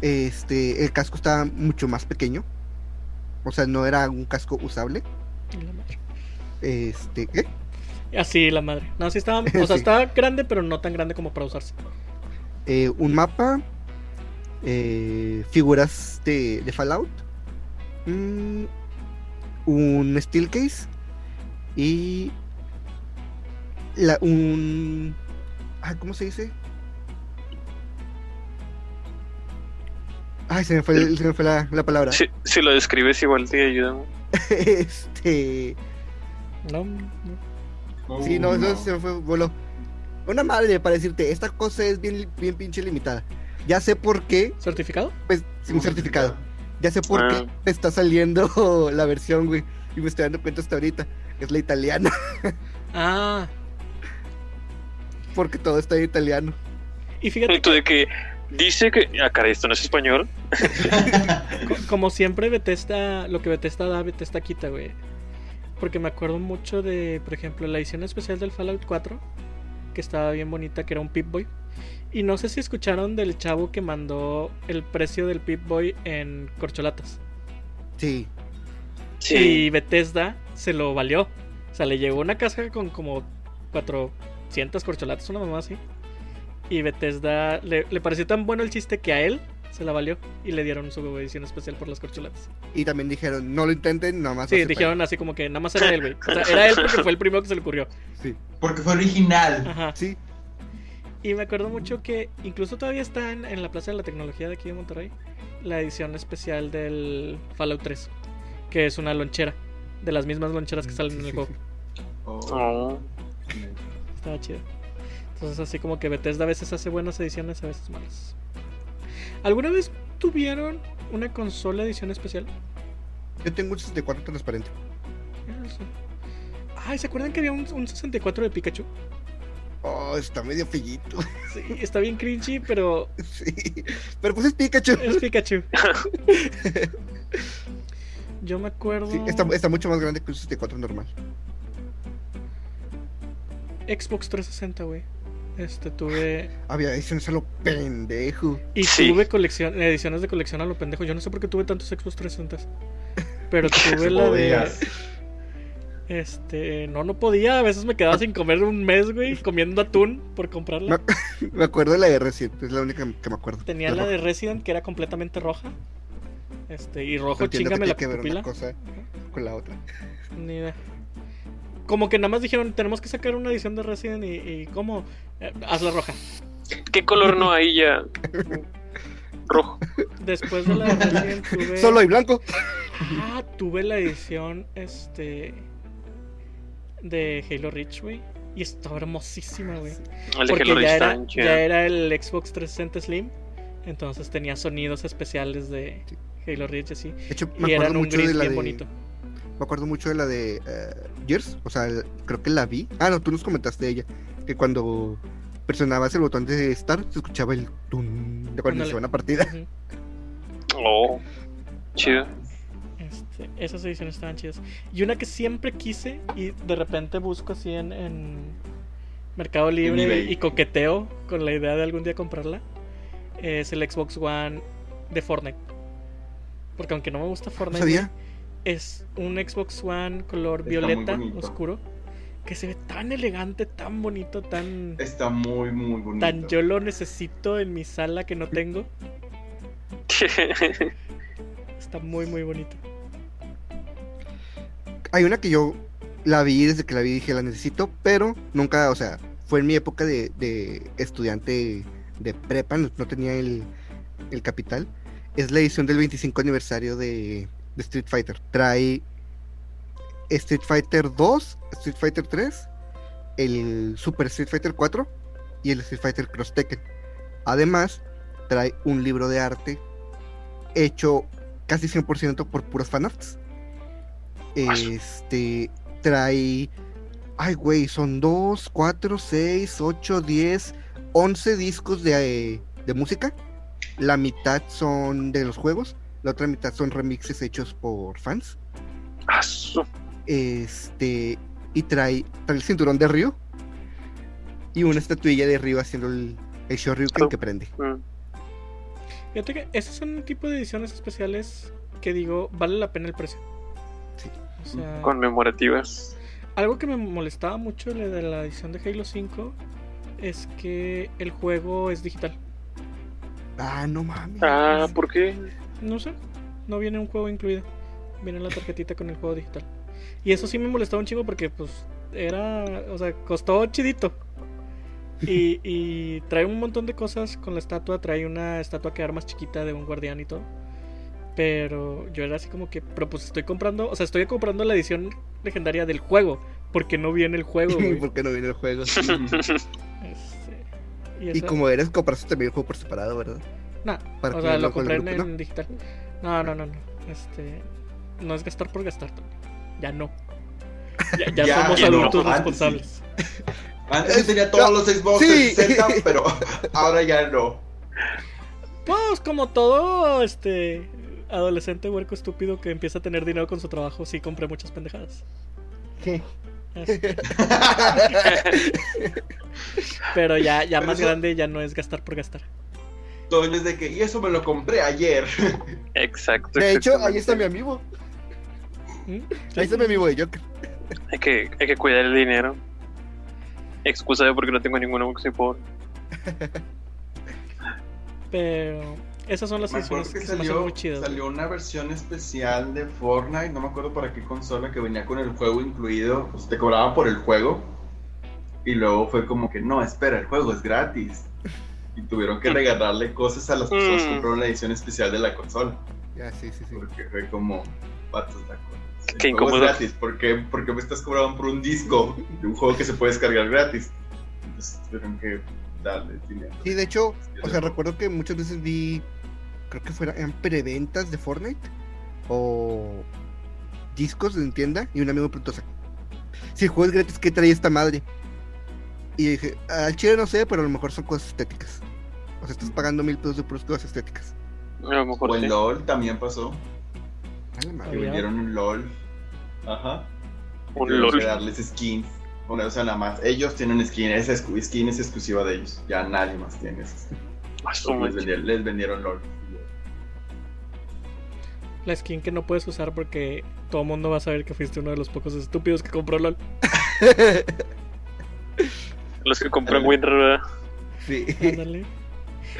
este, el casco estaba mucho más pequeño. O sea, no era un casco usable.
Y la madre.
Este, ¿qué?
Así la madre. No, sí estaba, o
*laughs* Sí.
sea, estaba grande, pero no tan grande como para usarse.
Eh, un mapa, eh, figuras de, de Fallout, mm, un steel case y la- un... ah, ¿Cómo se dice? Ay, se me fue, el- se me fue la, la palabra.
Si, si lo describes igual te ayuda.
*laughs* este...
No, no.
Sí, no,
Uh,
eso se me fue, voló. Una madre para decirte, esta cosa es bien, bien pinche limitada. Ya sé por qué,
¿Certificado?
pues, sin certificado. Ya sé por
Ah.
qué te está saliendo *laughs* la versión, güey. Y me estoy dando cuenta hasta ahorita. Es la italiana, *laughs*
Ah.
porque todo está en italiano.
Y
*laughs* Y
fíjate,
tú de que dice que. Ah, caray, esto no es español.
co- como siempre, Bethesda, lo que Bethesda da, Bethesda quita, güey. Porque me acuerdo mucho de, por ejemplo, la edición especial del Fallout 4, que estaba bien bonita, que era un Pip-Boy. Y no sé si escucharon del chavo que mandó el precio del Pip Boy en corcholatas.
Sí,
Y Bethesda se lo valió. O sea, le llegó una caja con como 400 corcholatas, una mamá así. Y Bethesda le, le pareció tan bueno el chiste que a él se la valió y le dieron su edición especial por las corcholatas.
y también dijeron, no lo intenten, nada más.
Sí,
hace
dijeron así como que nada más era él, güey. O sea, era él porque fue el primero que se le ocurrió.
falta. Sí,
Porque fue original.
Ajá.
sí,
Y me acuerdo mucho que incluso todavía está en, en la Plaza de la Tecnología de aquí de Monterrey la edición especial del Fallout 3, que es una lonchera, de las mismas loncheras que salen en el juego. Ah.
Oh.
Oh,
Estaba chido. Entonces así como que Bethesda a veces hace buenas ediciones, a veces malas. ¿Alguna vez tuvieron una consola edición especial?
Yo tengo un 64 transparente.
Ah, no sé. Ay, ¿se acuerdan que había un, un 64 de Pikachu?
Oh, está medio fillito. *laughs*
Sí, está bien cringy, pero
Sí. Pero pues es Pikachu.
es Pikachu. *laughs* Yo me acuerdo...
Sí, está, está mucho más grande que un 64 normal.
Xbox 360, güey. Este, tuve.
Había ediciones a lo pendejo. *laughs*
Y
Sí.
tuve colección, ediciones de colección a lo pendejo. Yo no sé por qué tuve tantos Xbox 360.
*laughs*
Pero tuve
Oh,
la de.
Podías.
Este. No, no podía. A veces me quedaba sin comer un mes, güey. Comiendo atún por comprarla.
*laughs* Me acuerdo de la de recién, es la única que me acuerdo.
Tenía la de Resident, que era completamente roja. Este, y rojo,
Pero entiendo que
chingame
tiene
la
que ver
pupila.
una cosa con la otra.
Ni idea. Como que nada más dijeron, tenemos que sacar una edición de Resident y, y ¿cómo? Eh, hazla roja.
¿Qué color no
*laughs*
hay ya? Rojo.
Después de la de Resident tuve...
Solo y blanco.
Ah, tuve la edición este de Halo Reach, güey. Y estaba hermosísima, güey.
El de
Porque
Hello
ya era,
Distancia.
ya era el Xbox 360 Slim. Entonces tenía sonidos especiales de
Sí.
Halo
*laughs*
Reach así.
De hecho,
y
me
eran
acuerdo
un
mucho de
gris
la
bien
de.
bonito.
Me acuerdo mucho de la de eh, Gears. O sea, el- creo que la vi. Ah, no, tú nos comentaste de ella. Que cuando presionabas el botón de Start, se escuchaba el tun de cuando
Ándale.
iniciaba una partida. *laughs*
Ujú.
Oh, chido.
Este, esas ediciones estaban chidas. Y una que siempre quise y de repente busco así en, en Mercado Libre
eBay.
y coqueteo con la idea de algún día comprarla es el Xbox One de Fortnite. Porque aunque no me gusta
No
Fortnite,
sabía.
es un Xbox One color
Está
violeta
muy bonito.
oscuro que se ve tan elegante, tan bonito, tan
Está muy, muy bonito.
tan yo lo necesito en mi sala que no tengo. Está muy muy bonito.
Hay una que yo la vi desde que la vi dije la necesito, pero nunca, o sea, fue en mi época de, de estudiante de prepa, no, no tenía el, el capital. Es la edición del 25 aniversario de, de Street Fighter. Trae Street Fighter 2, Street Fighter 3, el Super Street Fighter 4 y el Street Fighter Cross Tekken. Además, trae un libro de arte hecho casi 100% por puros fanarts. Este trae. Ay, güey, son 2, 4, 6, 8, 10, 11 discos de, eh, de música. La mitad son de los juegos, la otra mitad son remixes hechos por fans.
*laughs* Ah, su-
Este, y trae, trae el cinturón de Ryu y una estatuilla de Ryu haciendo el, el Shoryuken que prende.
mm.
Fíjate que esos son el tipo de ediciones especiales que digo, vale la pena el precio.
Sí.
O
Mm,
sea,
Conmemorativas.
algo que me molestaba mucho de de la edición de Halo 5 es que el juego es digital.
Ah, no mames.
Ah,
*laughs*
¿por qué?
No sé, no viene un juego incluido. Viene la tarjetita con el juego digital. Y eso sí me molestaba un chico porque, pues, era. O sea, costó chidito. Y, y trae un montón de cosas con la estatua. Trae una estatua que era más chiquita de un guardián y todo. Pero yo era así como que, pero pues estoy comprando, o sea, estoy comprando la edición legendaria del juego. Porque no viene
*laughs*
el juego, güey.
¿Por qué no viene el juego?
Mm.
Este,
Y
esa-
como eres, compraste también el juego por separado, ¿verdad?
No,
Para
o sea,
tenerlo
lo
con
compré
el
en,
grupo, ¿no?
en digital. No, no, no, no. Este, no es gastar por gastar. Toño. Ya no. Ya, ya
*laughs* Ya,
somos
ya no,
adultos
antes
responsables.
Antes yo tenía todos los Xbox
Sí.
60,
*laughs*
pero ahora ya no.
Pues como todo este adolescente huerco estúpido que empieza a tener dinero con su trabajo, sí compré muchas pendejadas. Pero ya, ya
Pero
más
eso-
grande ya no es gastar por gastar.
Toño es de que, y eso me lo compré ayer.
*laughs*
Exacto.
De hecho, ahí
exactamente.
está mi amigo.
¿Mm?
Ahí está mi amigo de Joker.
Hay que, hay que cuidar el dinero. Excusa de por qué no tengo ninguno porque soy pobre.
Pero esas son las
Me acuerdo
ediciones
que
que se me hacen
salió,
muy chidas.
salió una versión especial de Fortnite, no me acuerdo para qué consola, que venía con el juego incluido, pues te cobraban por el juego. Y luego fue como que, no, espera, el juego es gratis. Y tuvieron que
Mm.
regalarle cosas a las personas que
Mm.
compraron la edición especial de la consola.
Ya, sí, sí, sí.
Porque fue como, patos la cosa. El
Qué
juego es
incómodo.
gratis, ¿por qué, por qué me estás cobrando por un disco de un juego que se puede descargar gratis? Entonces tuvieron que darle dinero.
Sí, de hecho, o sea, recuerdo que muchas veces vi, creo que fueran eran preventas de Fortnite o discos de tienda y un amigo me preguntó, o sea, si el juego es gratis, ¿qué trae esta madre? Y yo dije, al chile no sé, pero a lo mejor son cosas estéticas. O sea, estás pagando mil pesos de puras cosas estéticas.
A lo mejor
O el
sí.
LOL también pasó.
A la
Que
madre.
Había-
vendieron un LOL. Ajá.
Un
Tuvieron que
LOL.
darles skins. Bueno, o sea, nada más. Ellos tienen skin. Esa escu- skin es exclusiva de ellos. Ya nadie más tiene esa skin.
Ah, su
Les
madre.
vendieron, les vendieron LOL.
La skin que no puedes usar porque todo el mundo va a saber que fuiste uno de los pocos estúpidos que compró LOL.
Los que compran WinRAR, ¿verdad?
*laughs* sí.
*laughs* Ándale.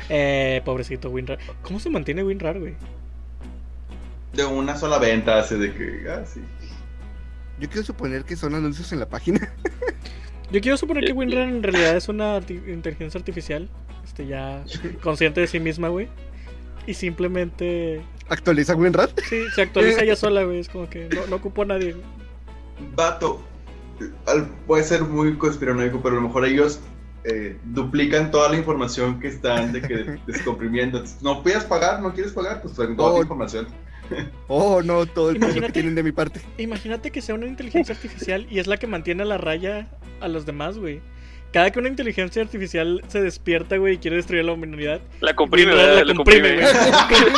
Eh, pobrecito WinRAR. ¿Cómo se mantiene WinRAR, güey?
De una sola venta hace de que. Ah, sí.
*laughs* Yo quiero suponer que son anuncios en la página. *laughs*
Yo quiero suponer que
Eh,
WinRAR en realidad es una arti- inteligencia artificial, este ya consciente de sí misma, güey. Y simplemente
Actualiza WinRAR.
sí, se actualiza ella sola, güey, es como que no, no ocupo a nadie. güey.
Vato. al- Puede ser muy conspiranoico, pero a lo mejor ellos. eh, duplican toda la información que están de que *laughs* descomprimiendo. Entonces, No puedes pagar, no quieres pagar, pues toda
Oh.
la información.
Oh, no, todo el peso que
Imagínate.
tienen de mi parte. *laughs*
Imagínate que sea una inteligencia artificial y es la que mantiene a la raya a los demás, güey. Cada que una inteligencia artificial se despierta, güey, y quiere destruir a la humanidad,
La comprime,
WinRAR
¿verdad?
la
La
comprime,
comprime.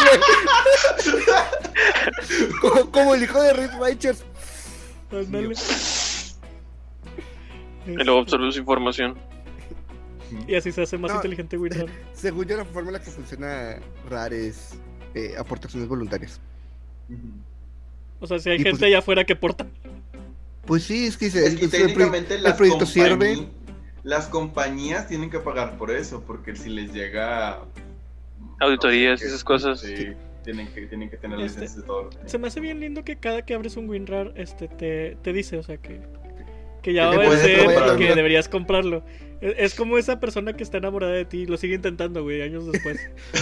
*laughs* güey.
Como, como el hijo de Rick Richards.
*laughs*
Ándale.
Y luego pues, absorbe su información.
Y así se hace más
No.
inteligente WinRAR.
Según yo, la forma en la que funciona RAR es eh, aportaciones voluntarias.
Ujú.
O sea, si hay
Y pues-
gente allá afuera que porta.
Pues sí, es que se,
Es que
es el pro-
técnicamente las,
proyecto
compañí-
sirve.
las compañías tienen que pagar por eso, porque si les llega
Auditorías,
no sé,
esas cosas.
sí, tienen que, tienen que tener
Este,
licencias de todo.
Se me hace bien lindo que cada que abres un WinRAR este, te, te dice, o sea, que, que ya
Que
va a
te puedes
vencer
comprar.
y que deberías comprarlo. Es, es como esa persona que está enamorada de ti y lo sigue intentando, güey, años después.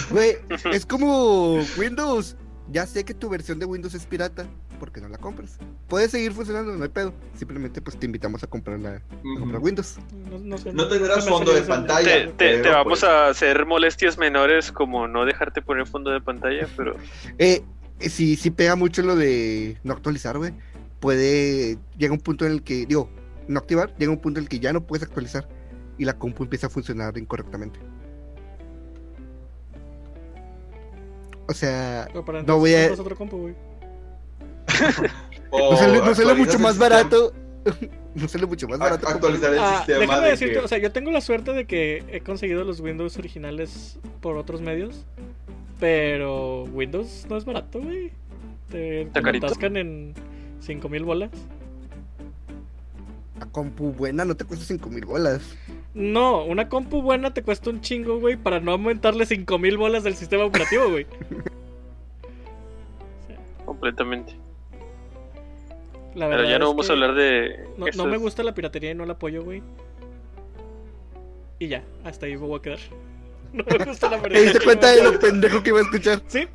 Güey,
*laughs*
es como Windows. Ya sé que tu versión de Windows es pirata, porque no la compras. Puede seguir funcionando, no hay pedo. Simplemente pues te invitamos a comprar, la, a comprar
Ujú.
Windows.
No, no sé,
No
se
tendrás
me hace
fondo de
bien
pantalla.
ese-
*laughs* Te, te- te
pero,
vamos
pues.
a hacer molestias menores como no dejarte poner fondo de pantalla, pero
Eh, eh, sí, sí pega mucho lo de no actualizar, güey. Puede. Llega un punto en el que, digo, no activar, llega un punto en el que ya no puedes actualizar y la compu empieza a funcionar incorrectamente. O sea,
Pero para
No
entonces
voy a-
compras otro compu, güey.
O
no pues sale, no sale
actualizas
mucho
Mm, oh,
más
el sistema-
barato. *laughs* No sale mucho más
a-
barato.
Actualizar el
Ah,
sistema
déjame
de
decirte,
que-
o sea, yo tengo la suerte de que he conseguido los Windows originales por otros medios, pero Windows no es barato, güey. Te, te
Está
lo
carito.
atascan en 5000 bolas.
La compu buena no te cuesta 5 mil bolas.
No, una compu buena te cuesta un chingo, güey, para no aumentarle 5000 bolas del sistema operativo, güey.
completamente.
La
*laughs* Pero
verdad
ya no
Ah, es
vamos
que
a hablar de.
No, no
esas-
me gusta la piratería y no la apoyo, güey. Y ya, hasta ahí me voy a quedar. *laughs* No me gusta la
¿Te
piratería.
diste cuenta de lo pendejo que iba a escuchar?
Sí.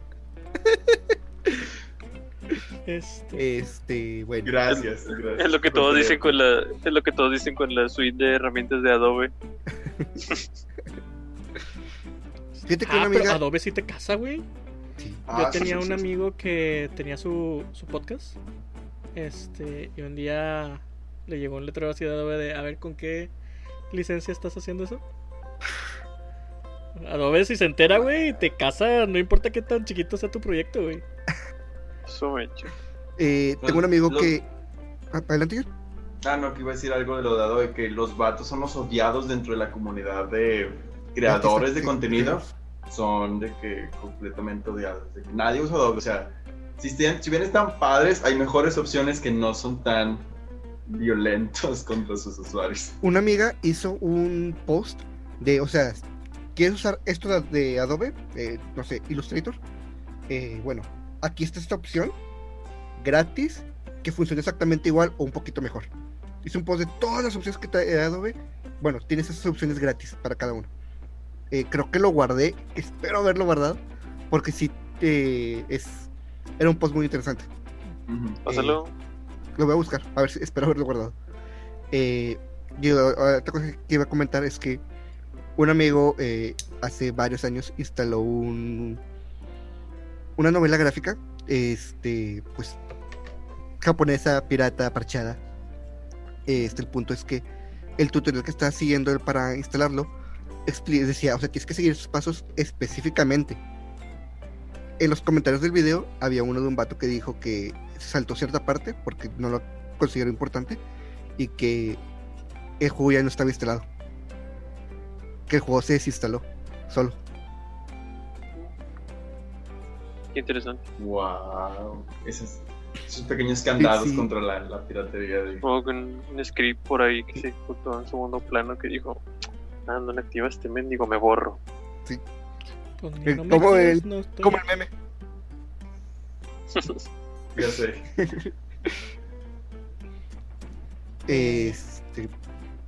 Este,
Este, bueno.
Gracias, gracias.
Es lo que todos dicen con la, es lo que todos dicen con la suite de herramientas de Adobe.
Fíjate que
ah,
una
pero
Este, amiga.
Adobe sí te casa, güey.
Sí.
Ah,
Yo
sí,
tenía
sí,
un
sí, sí.
amigo que tenía su, su podcast. Este, y un día le llegó un letrero así de Adobe de a ver con qué licencia estás haciendo eso. *laughs* Adobe si se entera, güey, te casa, no importa qué tan chiquito sea tu proyecto, güey.
Eso me echo.
Eh, tengo un amigo
Lo-
que. Ah, Adelante, yo.
Ah, no, que iba a decir algo de lo dado de que los vatos son los odiados dentro de la comunidad de creadores de contenido. Son de que completamente odiados. de que nadie usa Adobe. O sea, si, estén- si bien están padres, hay mejores opciones que no son tan violentos *laughs* contra sus usuarios.
Una amiga hizo un post de, o sea, ¿quieres usar esto de- de Adobe? Eh, no sé, Illustrator. Eh, bueno, aquí está esta opción gratis que funciona exactamente igual o un poquito mejor. Hice un post de todas las opciones que trae Adobe. Bueno, tienes esas opciones gratis para cada uno. Eh, creo que lo guardé, espero haberlo guardado, porque sí eh, es, era un post muy interesante.
Ujú.
Pásalo.
Lo voy a buscar, a ver si espero haberlo guardado. Eh, y la- la otra cosa que iba a comentar es que un amigo eh, hace varios años instaló un una novela gráfica, este, pues japonesa, pirata, parchada. Este, el punto es que el tutorial que está siguiendo él para instalarlo expli- decía, o sea, tienes que seguir esos pasos específicamente. En los comentarios del video había uno de un vato que dijo que saltó cierta parte porque no lo consideró importante y que el juego ya no estaba instalado. Que el juego se desinstaló solo.
Qué interesante.
Wow. Esos, esos pequeños candados
Sí, sí.
contra la, la piratería. De...
Luego con un script por ahí que se ejecutó en segundo plano que dijo: Ah, no le activas este mendigo, me borro. *laughs*
Pues,
Eh,
no me
¿cómo
quieres,
el-
no estoy-
Como el meme.
Ya sé.
Este,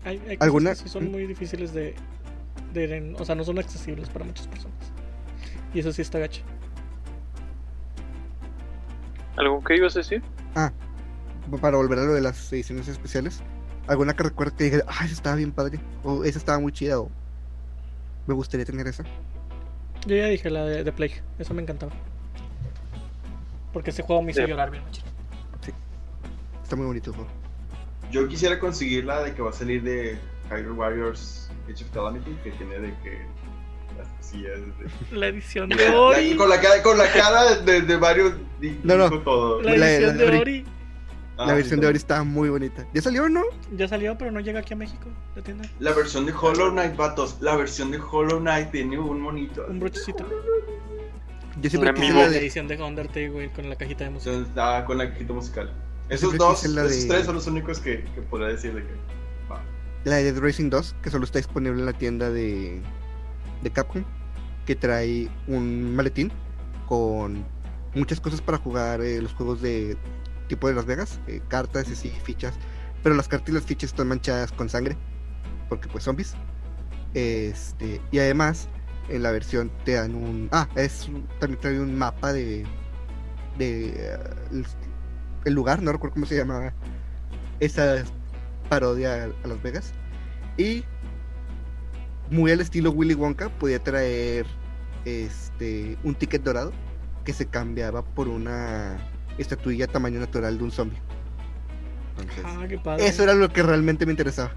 Hay, hay cosas
¿Alguna?
que sí son
¿Mm?
muy difíciles de, de- O sea, no son accesibles para muchas personas. Y eso sí está gacho.
¿Algo que ibas a decir?
ah, para volver a lo de las ediciones especiales, alguna que recuerde que dije, ah, esa estaba bien padre, o esa estaba muy chida, o me gustaría tener esa.
Yo ya dije la de, de Plague, eso me encantaba. Porque ese juego me hizo
Sí.
llorar bien mucho.
Está muy bonito el juego.
Yo quisiera conseguir la de que va a salir de Hyrule Warriors Age of Calamity, que tiene de que las cosillas de...
La edición
La-
de
la-
Ori.
con, la cara, con la cara de, de Mario di-
No, no.
dijo todo.
La
la-
edición
la-
de
la-
Ori
Ah,
la versión
sí,
de Ori
también.
estaba muy bonita. ¿Ya salió no?
ya salió, pero no llega aquí a México. La tienda.
La versión de Hollow Knight, vatos. La versión de Hollow Knight tiene un monito.
Un brochecito.
Yo siempre
Un
quise
amigo.
la
La
de...
edición de Undertale, güey, con la cajita de música.
Entonces, ah, con la cajita musical. Esos
Siempre
dos,
quise la
esos
de-
tres son los únicos que, que podría decir de que. va.
La de Dead Racing 2, que solo está disponible en la tienda de, de Capcom, que trae un maletín con muchas cosas para jugar eh, los juegos de tipo de Las Vegas, eh, cartas y así, fichas. Pero las cartas y las fichas están manchadas con sangre, porque pues zombies. Este, y además, en la versión te dan un... Ah, es un- también trae un mapa de... de eh, el, el lugar, no recuerdo cómo se llamaba. Esa parodia a Las Vegas. Y muy al estilo Willy Wonka, podía traer este un ticket dorado que se cambiaba por una estatuilla tamaño natural de un zombie. Entonces,
Ah, qué padre.
eso era lo que realmente me interesaba.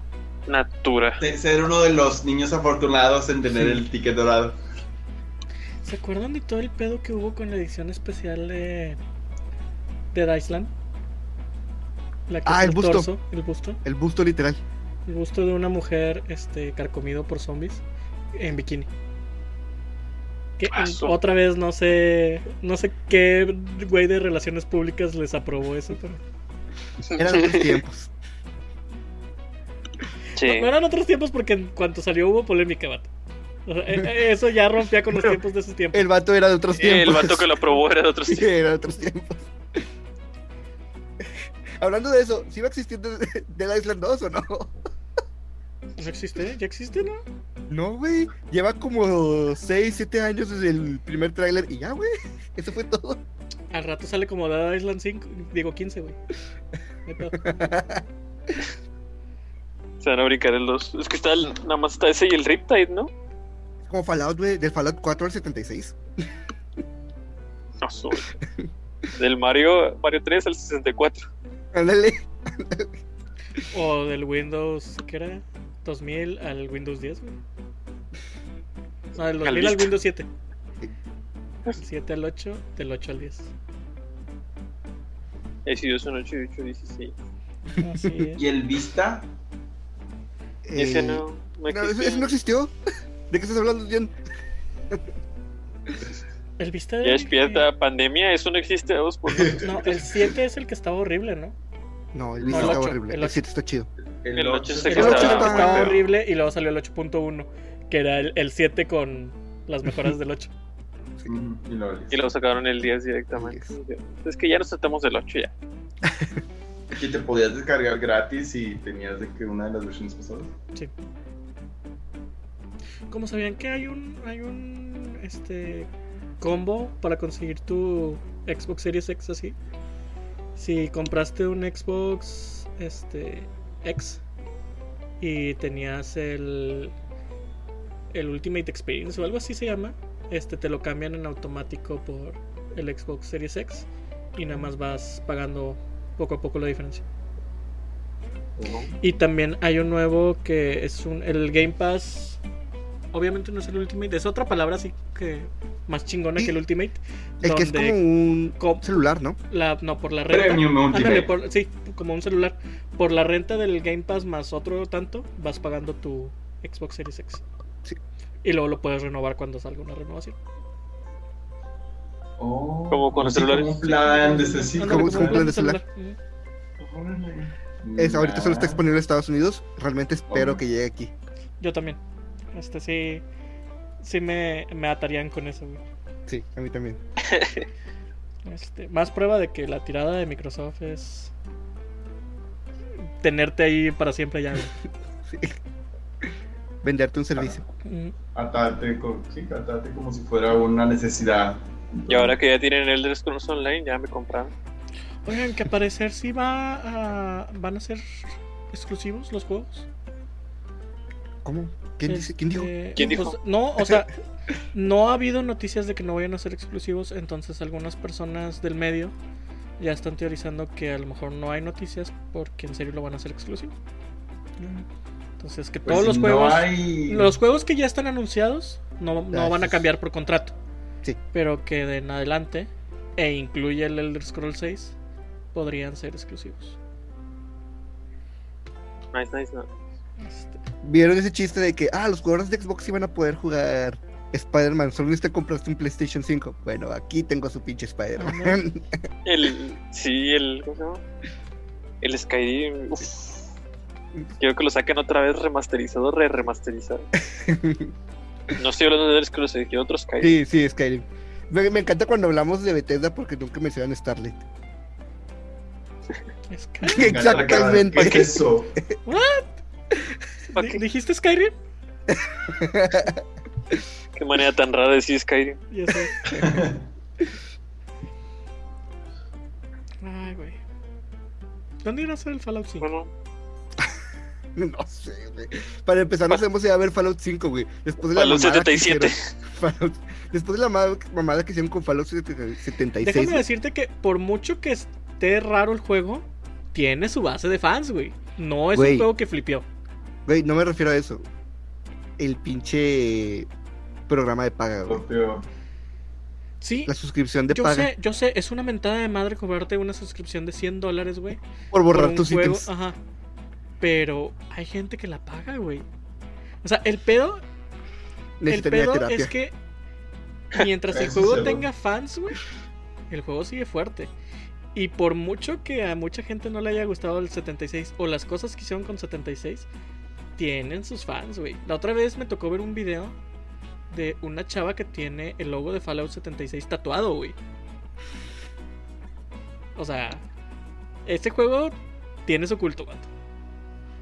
Natura.
Se- Ser uno de los niños afortunados en tener
Sí.
el ticket dorado.
¿Se acuerdan de todo el pedo que hubo con la edición especial de. de Dead Island? La que
Ah,
es
el busto.
torso, el busto.
El busto literal.
El busto de una mujer este, carcomido por zombies en bikini. Que
Ah, su-
otra vez no sé. No sé qué güey de relaciones públicas les aprobó eso, pero.
Eran los tiempos.
Sí.
No eran otros tiempos porque en cuanto salió hubo polémica, vato. O sea, eh, eh, eso ya rompía con los
Bueno,
tiempos de esos tiempos.
El vato era de otros
El
tiempos. *laughs*
vato que lo probó era de otros
Sí, era de otros tiempos. *laughs* Hablando de eso, ¿sí va a existir de- Dead Island 2 o no?
¿No Pues existe? ¿Ya existe, no?
No, güey. Lleva como 6, 7 años desde el primer tráiler y ya, güey. Eso fue todo.
Al rato sale como Dead Island 5, digo 15, güey. No hay pedo.
Se van a brincar el 2. Es que está el- nada más está ese y el Riptide, ¿no?
Como Fallout, güey. Del Fallout 4 al 76.
No, su-
*laughs*
Del Mario, Mario 3 al 64.
Ándale.
O del Windows, ¿qué era? 2000 al Windows 10, güey. No, del 2000 al
Listo.
Windows 7. Del 7 al 8, del 8 al 10.
He sido son 8 y 8, 16.
Así es.
¿Y el Vista?
Ese
Eh,
no. no
no,
existe.
ese- ese no existió. *laughs* ¿De qué estás hablando, John?
El vista
Ya despierta, pandemia, eso no existe. vamos, por-
*laughs* No, el 7 es el que estaba horrible, ¿no?
No, el
No,
Vista
el
está
ocho,
horrible.
el
El
ocho.
7 está chido.
El ocho
ocho
es
se
el
El
que
ocho
estaba-
era el que estaba
estaba-
horrible y luego salió el 8.1, que era el, el 7 con las mejoras del 8.
Ujú, Y lo
Y lo sacaron el 10 directamente. Es que ya nos saltamos del 8 ya.
Que te podías descargar gratis y tenías de que una de las versiones pasadas.
Como sabían que hay un hay un este combo para conseguir tu Xbox Series X así? Si compraste un Xbox este X y tenías el el Ultimate Experience o algo así se llama, este te lo cambian en automático por el Xbox Series X y nada más vas pagando poco a poco la diferencia. Y también hay un nuevo que es un, el Game Pass. Obviamente no es el Ultimate, es otra palabra así que más chingona
Sí.
que el Ultimate.
El que es como
donde
un
com-
celular, ¿no?
la, no, por la renta.
Premium
Ándale,
Ultimate.
por- sí, como un celular. Por la renta del Game Pass más otro tanto, vas pagando tu Xbox Series X.
Sí.
Y luego lo puedes renovar cuando salga una renovación.
Oh,
Como con los
sí,
celulares.
Como un plan de ese sí,
Ándale,
como
como
un
un
plan de
Ujú.
plan.
Es, ahorita solo está
Nah.
disponible en Estados Unidos. Realmente espero
Oh.
que llegue aquí.
Yo también. Este sí. Sí me, me atarían con eso, güey.
Sí, a mí también.
Este, más prueba de que la tirada de Microsoft es tenerte ahí para siempre ya. güey.
Sí. Venderte un servicio.
Mm,
Atarte, co- sí, atarte como si fuera una necesidad.
Y ahora que ya tienen Elder Scrolls Online, ya me compraron.
Oigan, que al parecer sí va a, van a ser exclusivos los juegos.
Ah, ¿Cómo? ¿Quién, dice, ¿quién dijo?
Este,
¿Quién dijo?
pues, no, o
*laughs*
sea, no ha habido noticias de que no vayan a ser exclusivos, entonces algunas personas del medio ya están teorizando que a lo mejor no hay noticias porque en serio lo van a hacer exclusivo. Entonces que
Pues
todos
si
los juegos...
No hay...
Los juegos que ya están anunciados no, no
Ah,
van a
sí.
cambiar por contrato.
Sí.
Pero que de en adelante, e incluye el Elder Scrolls 6, podrían ser exclusivos.
Nice, nice, no.
Este,
¿Vieron ese chiste de que, ah, los jugadores de Xbox iban a poder jugar Spider-Man? Solo necesitas compraste un PlayStation 5. Bueno, aquí tengo su pinche Spider-Man.
El. Sí, el. ¿Cómo se llama? El Skyrim. Uf. Quiero que lo saquen otra vez remasterizado, re remasterizado. No estoy hablando de Elder Scrolls, dije otro
*laughs* sí,
Skyrim.
sí, Skyrim. Me, me encanta cuando hablamos de Bethesda porque nunca mencionan Starlight.
es *laughs* que-
Exactamente.
¿Qué es eso? *laughs*
Pa'
¿Di-
qué?
¿Dijiste Skyrim?
Qué manera tan rara de decir Skyrim.
Ya sé. Ay, güey. ¿Dónde irá a ser el Fallout 5?
Bueno,
*laughs* No sé, güey. Para empezar, nos hemos ido a ver Fallout 5, güey. Después de la
Fallout
mamada que
77.
hicieron- *laughs* Fallout- Después de la ma- mamada que hicieron con Fallout 76.
Déjame
güey.
decirte que por mucho que esté raro el juego, tiene su base de fans, güey. No es
Güey.
un juego que flipeó.
Güey, no me refiero a eso. El pinche programa de paga, güey.
Propio.
Sí,
La suscripción de
Yo
paga
sé, yo sé, es una mentada de madre cobrarte una suscripción de 100 dólares, güey.
por
por
borrar
un
tus
juego,
ítems.
Ajá. Pero hay gente que la paga, güey. O sea, el pedo, el
Necesitaría
pedo
terapia.
es que mientras el
Eso
juego
seguro.
tenga fans, güey, el juego sigue fuerte. Y por mucho que a mucha gente no le haya gustado el 76 o las cosas que hicieron con 76, tienen sus fans, güey. La otra vez me tocó ver un video de una chava que tiene el logo de Fallout 76 tatuado, güey. O sea, este juego tiene su culto, vato.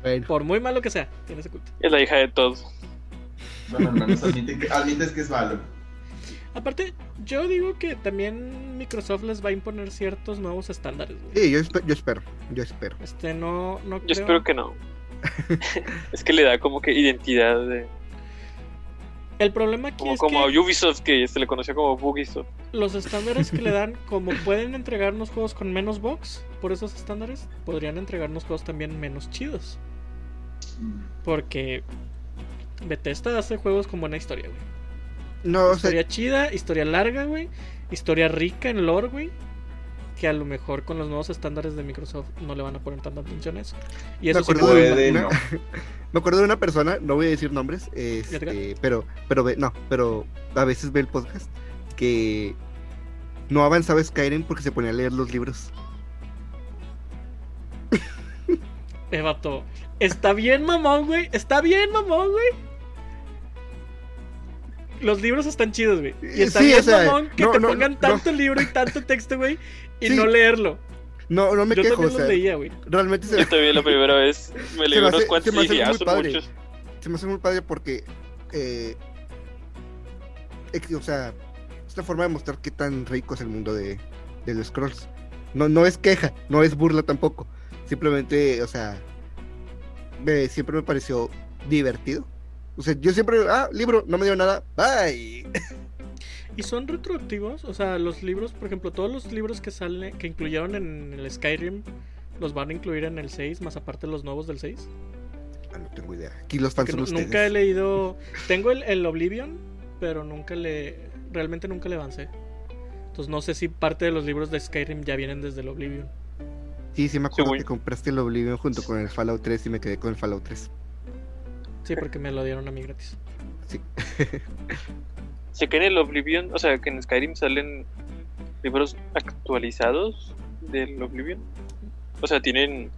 Bueno,
Por muy malo que sea, tiene su culto.
es la hija de Todd.
Bueno, al menos admite que- admites que es malo.
Aparte, yo digo que también Microsoft les va a imponer ciertos nuevos estándares, güey.
sí, yo, espe- yo espero, yo espero.
Este, no, no creo.
Yo espero que no. es que le da como que identidad de.
El problema aquí
Como,
es
como
que
a Ubisoft, que se le conoció
*laughs*
como Bugisoft.
los estándares que le
*laughs*
dan, como pueden entregarnos juegos con menos box, por esos estándares, podrían entregarnos juegos también menos chidos. Porque Bethesda hace juegos con buena historia, güey.
No, o sea,
historia chida, historia larga, güey. Historia rica en lore, güey. que a lo mejor con los nuevos estándares de Microsoft no le van a poner tanta atención a eso. Y
Me
eso sí
acuerdo
me-
de
Puede,
una-
no.
Me acuerdo de una persona, no voy a decir nombres, este,
Edgar.
pero, pero ve- no, pero a veces ve el podcast que no avanzaba Skyrim porque se ponía a leer los libros.
Eh, vato, Está bien, mamón, güey. Está bien, mamón, güey. Los libros están chidos, güey. Y está
Sí,
bien,
o sea,
mamón, que
no,
te
no,
pongan
no.
tanto libro y tanto texto, güey, y
Sí.
no leerlo.
No, no me
Yo
quejo,
también
o
los
sea,
leía, güey.
realmente
*laughs*
se,
Yo también la primera vez me leí
me
unos
hace- se
cuantos
me
y
hace
dije, ah,
muy
son
padre.
muchos.
se me hace muy padre porque, eh, ex- o sea, es una forma de mostrar qué tan rico es el mundo de, de los scrolls. No, no es queja, no es burla tampoco. Simplemente, o sea, me- siempre me pareció divertido. O sea, yo siempre, ah, libro, no me dio nada, bye. *laughs*
¿Y son retroactivos? O sea, los libros, por ejemplo, todos los libros que salen, que incluyeron en el Skyrim, ¿los van a incluir en el 6, más aparte los nuevos del 6?
Ah, no tengo idea. Aquí los fans
Que
son
nu-
ustedes.
nunca
*laughs*
he leído. Tengo el, el Oblivion, pero nunca le. Realmente nunca le avancé. Entonces no sé si parte de los libros de Skyrim ya vienen desde el Oblivion.
Sí, sí me acuerdo
Según-
que compraste el Oblivion junto con el Fallout 3 y me quedé con el Fallout 3. Eh.
Sí, porque me lo dieron a mí gratis.
Sé que en el Oblivion, o sea, que en Skyrim salen libros actualizados del Oblivion. O sea, tienen.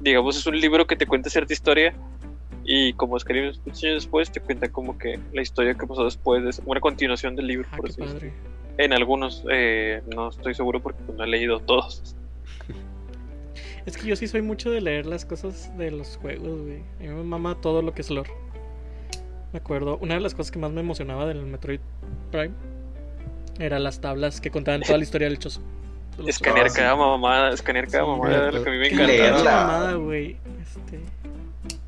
Digamos, es un libro que te cuenta cierta historia. Y como Skyrim es muchos años después, te cuenta como que la historia que pasó después, es una continuación del libro,
Ah,
por
qué
así decirlo.
padre.
En algunos, eh, no estoy seguro porque no he leído todos.
Es que yo sí soy mucho de leer las cosas de los juegos, güey. A mí me mama todo lo que es lore. Me acuerdo, una de las cosas que más me emocionaba del Metroid Prime era las tablas que contaban toda la historia del Chozo. De los
Escanear
Ah,
sí.
cada mamada, escanear cada
Sí,
mamada,
pero-
era lo que a mí me
Chozos.
encanta.
Qué
encantaba.
Leerla.
mamada, güey. Este,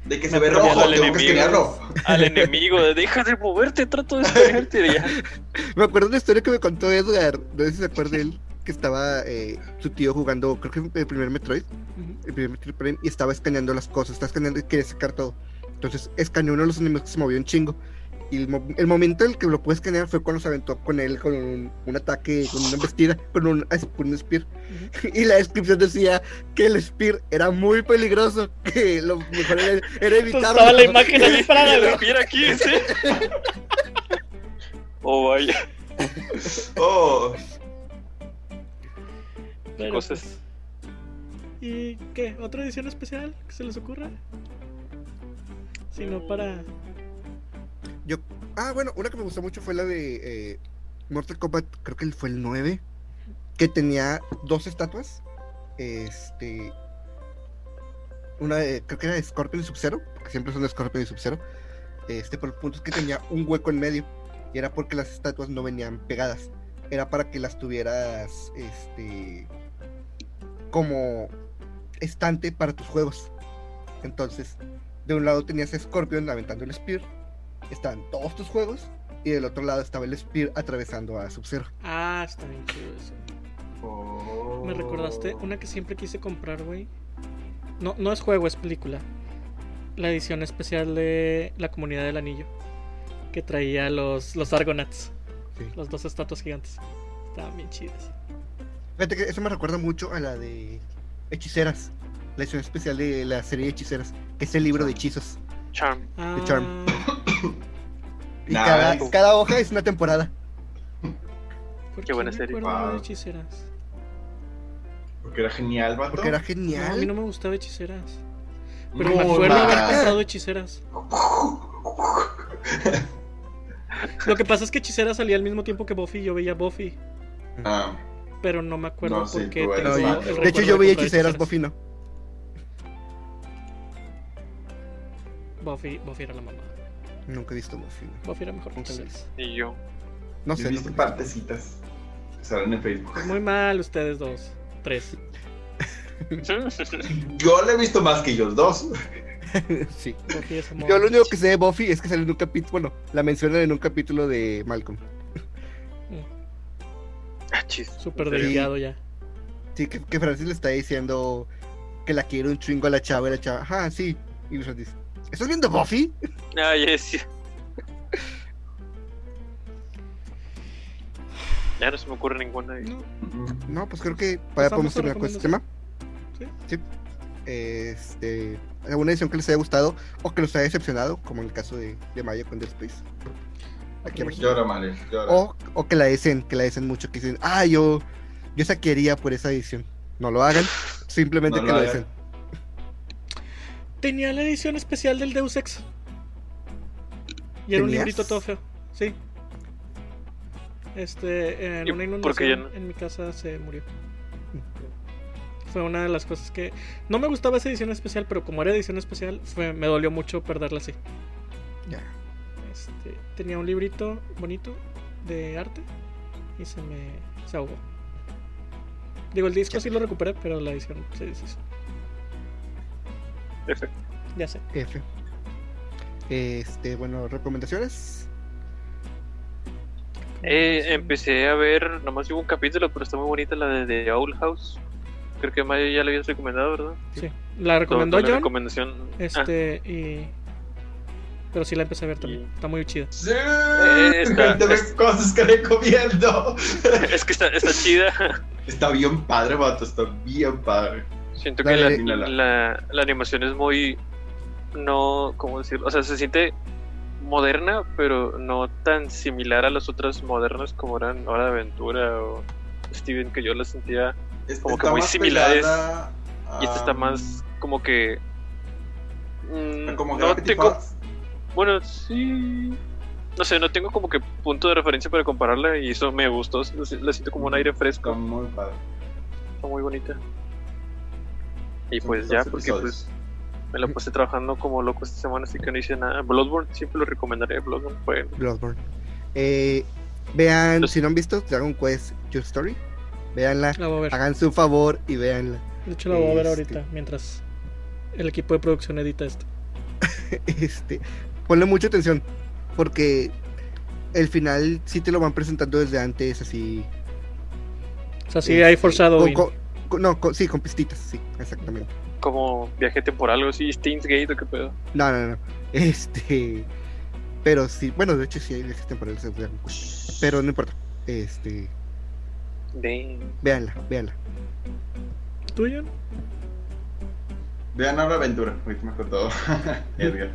De que se ve
Pero ya
rojo,
lo
tengo que
leí,
escanearlo.
Al enemigo, de, deja de moverte, trato de escanearte. y ya.
*laughs*
Me acuerdo de una historia que me contó Edgar. No sé si se acuerda él que estaba eh, su tío jugando, creo que fue el primer Metroid,
ujú.
el primer Metroid Prime, y estaba escaneando las cosas, estaba escaneando y quería sacar todo. Entonces escaneó uno de los enemigos que se movió un chingo. Y el, mo- el momento en el que lo pude escanear fue cuando se aventó con él, con un, un ataque, con una embestida, con un, con un spear. Y la descripción decía que el spear era muy peligroso, que lo mejor era, era
Entonces
evitarlo.
estaba la imagen ahí para
Lo que era aquí, sí. Oh, vaya.
Oh,
*laughs* Pero,
Cosas.
pues, ¿Y qué? ¿Otra edición especial que se les ocurra? Si no, para.
Yo, ah, bueno, una que me gustó mucho fue la de eh, Mortal Kombat, creo que fue el 9, que tenía dos estatuas. Este. Una de, creo que era de Scorpion y Sub-Zero, porque siempre son de Scorpion y Sub-Zero. Este, pero el punto es que tenía un hueco en medio. Y era porque las estatuas no venían pegadas. Era para que las tuvieras, este. como estante para tus juegos. Entonces, de un lado tenías a Scorpion aventando el Spear, estaban todos tus juegos, y del otro lado estaba el Spear atravesando a Sub-Zero.
Ah, está bien chido eso.
Oh.
Me recordaste una que siempre quise comprar, güey. No, no es juego, es película. La edición especial de La Comunidad del Anillo. Que traía los, los Argonauts.
Sí.
Los dos estatuas gigantes. Estaban bien chidas.
Fíjate que eso me recuerda mucho a la de Hechiceras, la edición especial de la serie de Hechiceras, que es el libro de hechizos.
Charm.
Ah,
Charm. Y
Nah,
cada,
es-
cada hoja es una temporada.
¿por
Qué buena
me
serie.
acuerdo de
Wow.
hechiceras?
Porque era genial, vato.
Porque era
No, a
genial.
mí no me gustaba hechiceras. Pero
No,
me acuerdo
ma.
haber comprado hechiceras. Lo que pasa es que hechiceras salía al mismo tiempo que Buffy. y Yo veía Buffy.
Ah,
Pero no me acuerdo
No, sí,
por qué.
tú eres
tengo el
fan. De hecho,
de
recuerdo
hecho, yo veía
comprar
Hechiceras, Buffy no.
Buffy, Buffy era la mamá.
Nunca he visto Buffy. no.
Buffy era mejor que Hechiceras. *laughs*
Y yo.
No
yo he
sé. no
visto
sé.
partecitas. Salen en Facebook.
Muy mal ustedes dos. Tres.
Yo la he visto más que ellos dos.
Sí.
Buffy es amor.
Yo lo único que sé de Buffy es que sale en un capítulo, bueno, la mencionan en un capítulo de Malcolm.
Ah, chis.
Súper
¿En serio?
delgado ya.
Sí, que, que Francis le está diciendo que la quiere un chingo a la chava y la chava, ajá, sí. Y Luis dice, ¿estás viendo Buffy?
Ah, yes. Ya no se me ocurre ninguna. y-
No,
No, pues creo que
Pasamos
para,
a
podemos terminar con este tema.
Sí.
Sí. Este, ¿Alguna edición que les haya gustado o que los haya decepcionado, como en el caso de, de Mario con Dead Space? Aquí abajo.
Llora, Male, llora.
O, o que la desen, que la desen mucho, que dicen, ah, yo, yo saquearía por esa edición. No lo hagan, simplemente
No
que
lo
lo
hagan.
desen.
Tenía la edición especial del Deus Ex. Y era un
¿Tenías?
librito todo feo. Sí. Este, en
¿Y
una
por qué
inundación
ya no?
en mi casa se murió. Fue una de las cosas que. No me gustaba esa edición especial, pero como era edición especial, fue- me dolió mucho perderla así.
Ya.
Este, tenía un librito bonito de arte y se me. se ahogó. Digo, el disco sí lo recuperé, pero la edición se deshizo.
F.
Ya sé.
F. Este, bueno, recomendaciones.
Eh, empecé a ver, nomás hubo un capítulo, pero está muy bonita la de The Owl House. Creo que Mario ya la habías recomendado, ¿verdad?
Sí. La recomendó
Toda la
John.
recomendación. Ah,
Este, y. Pero sí la empecé a ver también. Está muy chida.
Sí,
está-
te ves cosas que recomiendo.
*laughs* es que está, está chida.
Está bien padre, vato, está bien padre.
Siento que la,
Dale,
dale.
la- la animación es muy. No, ¿cómo decirlo? O sea, se siente moderna, pero no tan similar a las otras modernas como eran Hora de Aventura o Steven, que yo la sentía.
Esta
Como que
está
muy
más
similares,
pegada
Y esta
a-
está más como que. mm,
a Ah. Como
no
Gravity
te co-
Falls.
Bueno, sí. No sé, no tengo como que punto de referencia para compararla y eso me gustó. La si- la siento como un aire
Está
fresco,
muy padre.
está muy bonita. Y
Son
pues
dos
ya, porque
episodios.
pues me la pasé trabajando como loco esta semana, así que no hice nada. Bloodborne, siempre lo recomendaré. Bloodborne fue.
Bloodborne. Eh, vean,
Los-
si no han visto Dragon Quest Your Story, veanla,
La voy a ver.
hagan su favor y veanla.
De hecho, la voy a ver
Este.
ahorita mientras el equipo de producción edita esto.
*laughs* Este, ponle mucha atención, porque el final sí te lo van presentando desde antes, así.
O sea, sí
este,
hay
con-
forzado.
con- con- no, con- sí, con pistitas, sí, exactamente.
como viaje temporal, algo así. Steins Gate o qué pedo.
No, no, *laughs* no. Este. Pero sí, bueno, de hecho sí hay viajes temporales en Dragon Quest, Pero no importa. Este.
De...
Véanla, véanla.
¿Tuyo?
Vean ahora Aventura, ahorita me todo. *laughs* Edgar.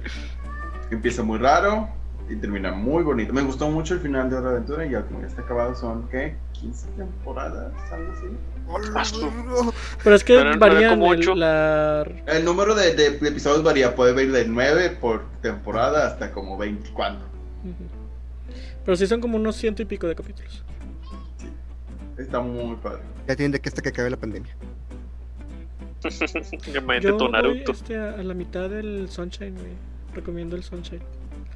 Empieza muy raro y termina muy bonito. Me gustó mucho el final de Hora de Aventura y ya como ya está acabado son, ¿qué? 15 temporadas, algo así.
¡Hola,
su-
bro!
Pero es que
Pero no era
varían
como
el-
ocho.
la...
El número de, de episodios varía, puede ir de 9 por temporada hasta como 24.
Ujú. Pero sí son como unos ciento y pico de capítulos.
Está muy padre.
Ya tienen de que hasta que acabe la pandemia.
que me
Yo
todo
voy
Naruto.
este, a a la mitad del Sunshine, güey. Recomiendo el Sunshine.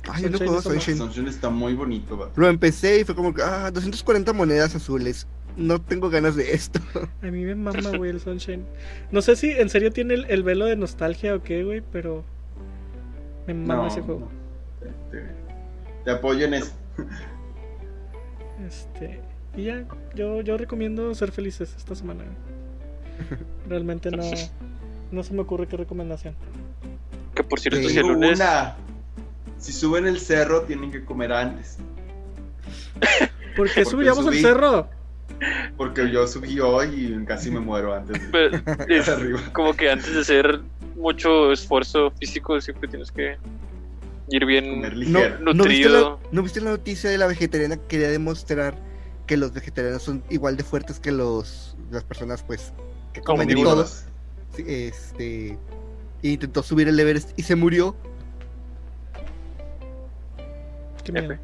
Ay, yo no
Sunshine
juego
es una-
Sunshine.
Sunshine está muy bonito, va.
Lo empecé y fue como que, ah, 240 monedas azules. No tengo ganas de esto. *laughs*
A mí me mama, güey, el Sunshine. No sé si en serio tiene el, el velo de nostalgia o qué, güey, pero... Me mama ese juego.
no. Te, te- te apoyo en eso.
Este, y ya, yo, yo recomiendo ser felices esta
*laughs*
semana. Realmente no, no se me ocurre qué recomendación.
Que por cierto,
Sí.
si el lunes.
Una. Si suben el cerro, tienen que comer antes.
¿Por qué
Porque
subiríamos el
subí.
cerro?
Porque yo subí hoy y casi me muero antes de
pero *laughs*
*laughs*
es
arriba.
como que antes de hacer mucho esfuerzo físico, siempre tienes que ir bien.
Comer
No,
ligero.
¿no, viste la,
Nutrido.
¿No viste la noticia de la vegetariana que quería demostrar que los vegetarianos son igual de fuertes que los las personas pues que comen de todo?
Omnívoros.
Sí, Este e intentó subir el Everest y se murió.
Qué miedo.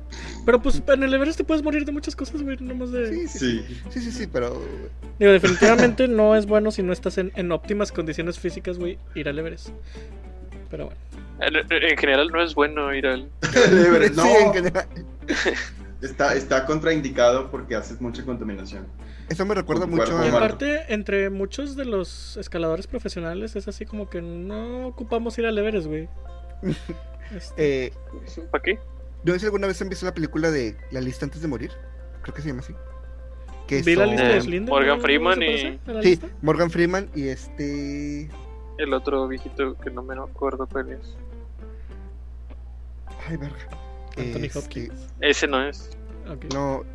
Pero pues en el Everest te puedes morir de muchas cosas, güey, nomás de...
Sí, sí, sí,
Sí. *laughs*
sí, sí, sí, pero
Digo, definitivamente no es bueno si no estás en, en óptimas condiciones físicas, güey, ir al Everest. Pero bueno.
En, en general no es bueno ir al.
El
*laughs*
Everest,
sí, en
no,
general.
está, está contraindicado porque haces mucha contaminación.
Eso me recuerda
Con tu
mucho
cuerpo
Y
a...
humano.
aparte, entre muchos de los escaladores profesionales es así como que no ocupamos ir al
*laughs*
Everest, güey. Este,
Eh,
¿Para qué?
¿No sé si alguna vez han visto la película de La lista antes de morir? Creo que se llama así. Que
Vi la
son-
lista de
Eh,
Slinder.
Morgan
¿no?
Freeman
¿Se
y-
parece a la
Sí,
lista?
Morgan Freeman y este...
El otro viejito que no me acuerdo cuál es.
Ay, verga.
Anthony
Este,
Hopkins.
Ese no es.
Ok.
No,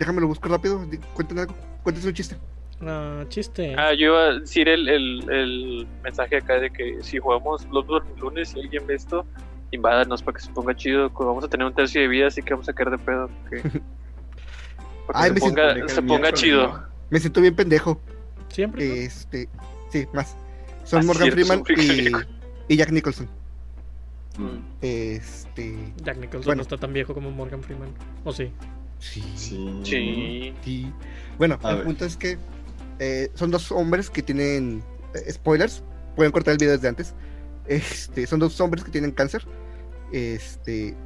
Déjame lo busco rápido. di- Cuenten algo. Cuenten un chiste.
No, chiste.
Ah, yo iba a decir el, el, el mensaje acá de que si jugamos Bloodborne el lunes y alguien ve esto, invádanos para que se ponga chido. que Vamos a tener un tercio de vida, así que vamos a caer de pedo. que-
*laughs*
Para
Ay,
que
me
se ponga,
Deja el
se ponga
miércoles,
chido.
¿no?
Me siento bien pendejo.
Siempre. ¿no?
Este. Sí, más. Son
Ah,
Morgan
cierto,
Freeman
son
y,
Freeman.
y Jack Nicholson.
Mm,
Este.
Jack Nicholson
Bueno.
no está tan viejo como Morgan Freeman. ¿O sí?
Sí.
Sí.
Sí.
sí. Bueno,
A
el
ver.
punto es que eh, son dos hombres que tienen. eh, spoilers. Pueden cortar el video desde antes. *laughs* Este, son dos hombres que tienen cáncer. Este.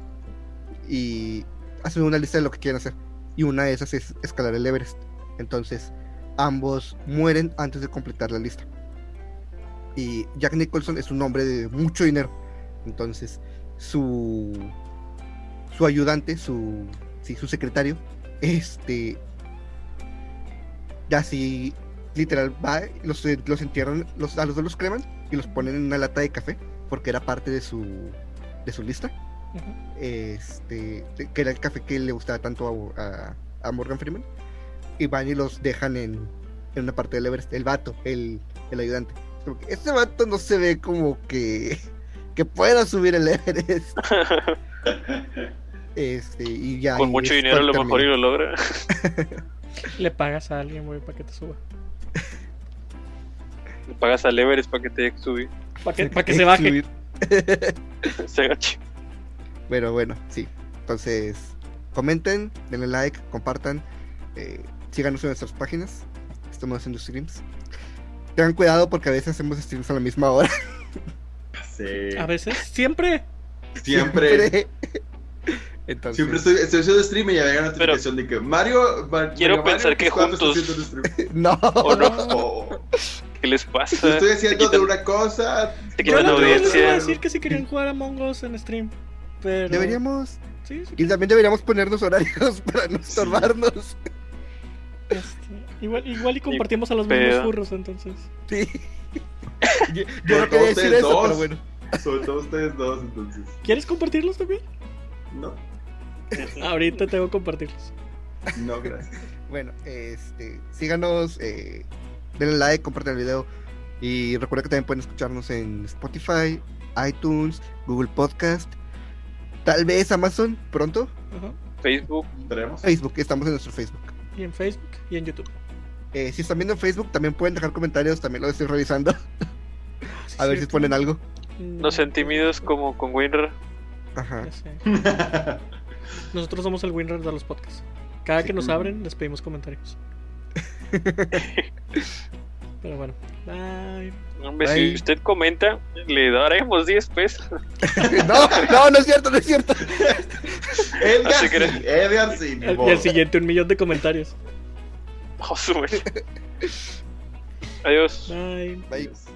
Y hacen una lista de lo que quieren hacer. Y una de esas es escalar el Everest. Entonces, ambos mueren antes de completar la lista. Y Jack Nicholson es un hombre de mucho dinero. Entonces, su. su ayudante, su. sí, su secretario. Este. Ya así. Literal, va, los, eh, los entierran, los, a los dos los creman y los ponen en una lata de café, porque era parte de su, de su lista
Ujú.
este, que era el café que le gustaba tanto a, a- a Morgan Freeman, y van y los dejan en, en una parte del Everest, el vato, el, el ayudante. Como que, Este vato no se ve como que, que pueda subir el Everest. *laughs* Este, y ya,
Con
y
mucho
es
dinero a lo
Spider-Man.
mejor y lo logra.
Le pagas a alguien, güey, para que te suba.
Le pagas al Everest para que te deje subir. *laughs*
Para que, para que se baje.
Subir.
Se agache.
Pero bueno, sí. Entonces, comenten, denle like, compartan, eh, síganos en nuestras páginas. Estamos haciendo streams. Tengan cuidado porque a veces hacemos streams a la misma hora.
Sí.
A veces, siempre.
Siempre.
Entonces,
Siempre estoy, estoy haciendo stream y ya me llega la
Pero-
notificación de que Mario. Ma-
Quiero
Mario
pensar que
¿cuándo estás
juntos-
haciendo el
*laughs*
stream?
No.
¿O no?
Oh,
¿Qué les pasa?
yo estoy haciendo
Te quitan-
de una cosa.
Te
Yo
quitan
Gran
la
la
otra vez les iba a
audiencia.
decir que si querían jugar a Mongos en stream. Pero.
Deberíamos.
Sí, sí.
Y también deberíamos ponernos horarios *laughs* para no
Sí.
estorbarnos.
este, igual, igual y compartimos a los
pedo.
mismos furros, entonces.
Sí. Yo, yo
Pero
no quería
todos
decir
ustedes
eso, pero
dos.
bueno.
Sobre todo ustedes dos, entonces.
¿Quieres compartirlos también?
No,
Ahorita tengo que compartirlos.
no, gracias.
Bueno, este, síganos, eh, denle like, compartan el video. Y recuerda que también pueden escucharnos en Spotify, iTunes, Google Podcast, tal vez Amazon pronto,
Ajá.
Facebook. *laughs*
Esperemos.
Facebook, estamos en nuestro Facebook.
Y en Facebook y en YouTube.
Eh, si están viendo en Facebook, también pueden dejar comentarios, también lo estoy revisando,
Ah, Sí,
a ver si
cierto. Mm,
ponen algo.
Nos sentimidos como con Winrar.
Ajá.
*laughs*
*laughs*
Ya sé. Nosotros somos el winner de los podcasts. Cada que nos abren, les
*laughs*
pedimos comentarios. Pero bueno, bye.
Hombre,
Ay.
si usted comenta, le daremos 10 pesos.
No, no, no es cierto, no es cierto.
Edgar,
Así que-
sí, Edgar, sí.
El-
vos.
y el siguiente, un millón de comentarios.
Oh, su madre. Adiós.
Bye.
Bye.
Adiós.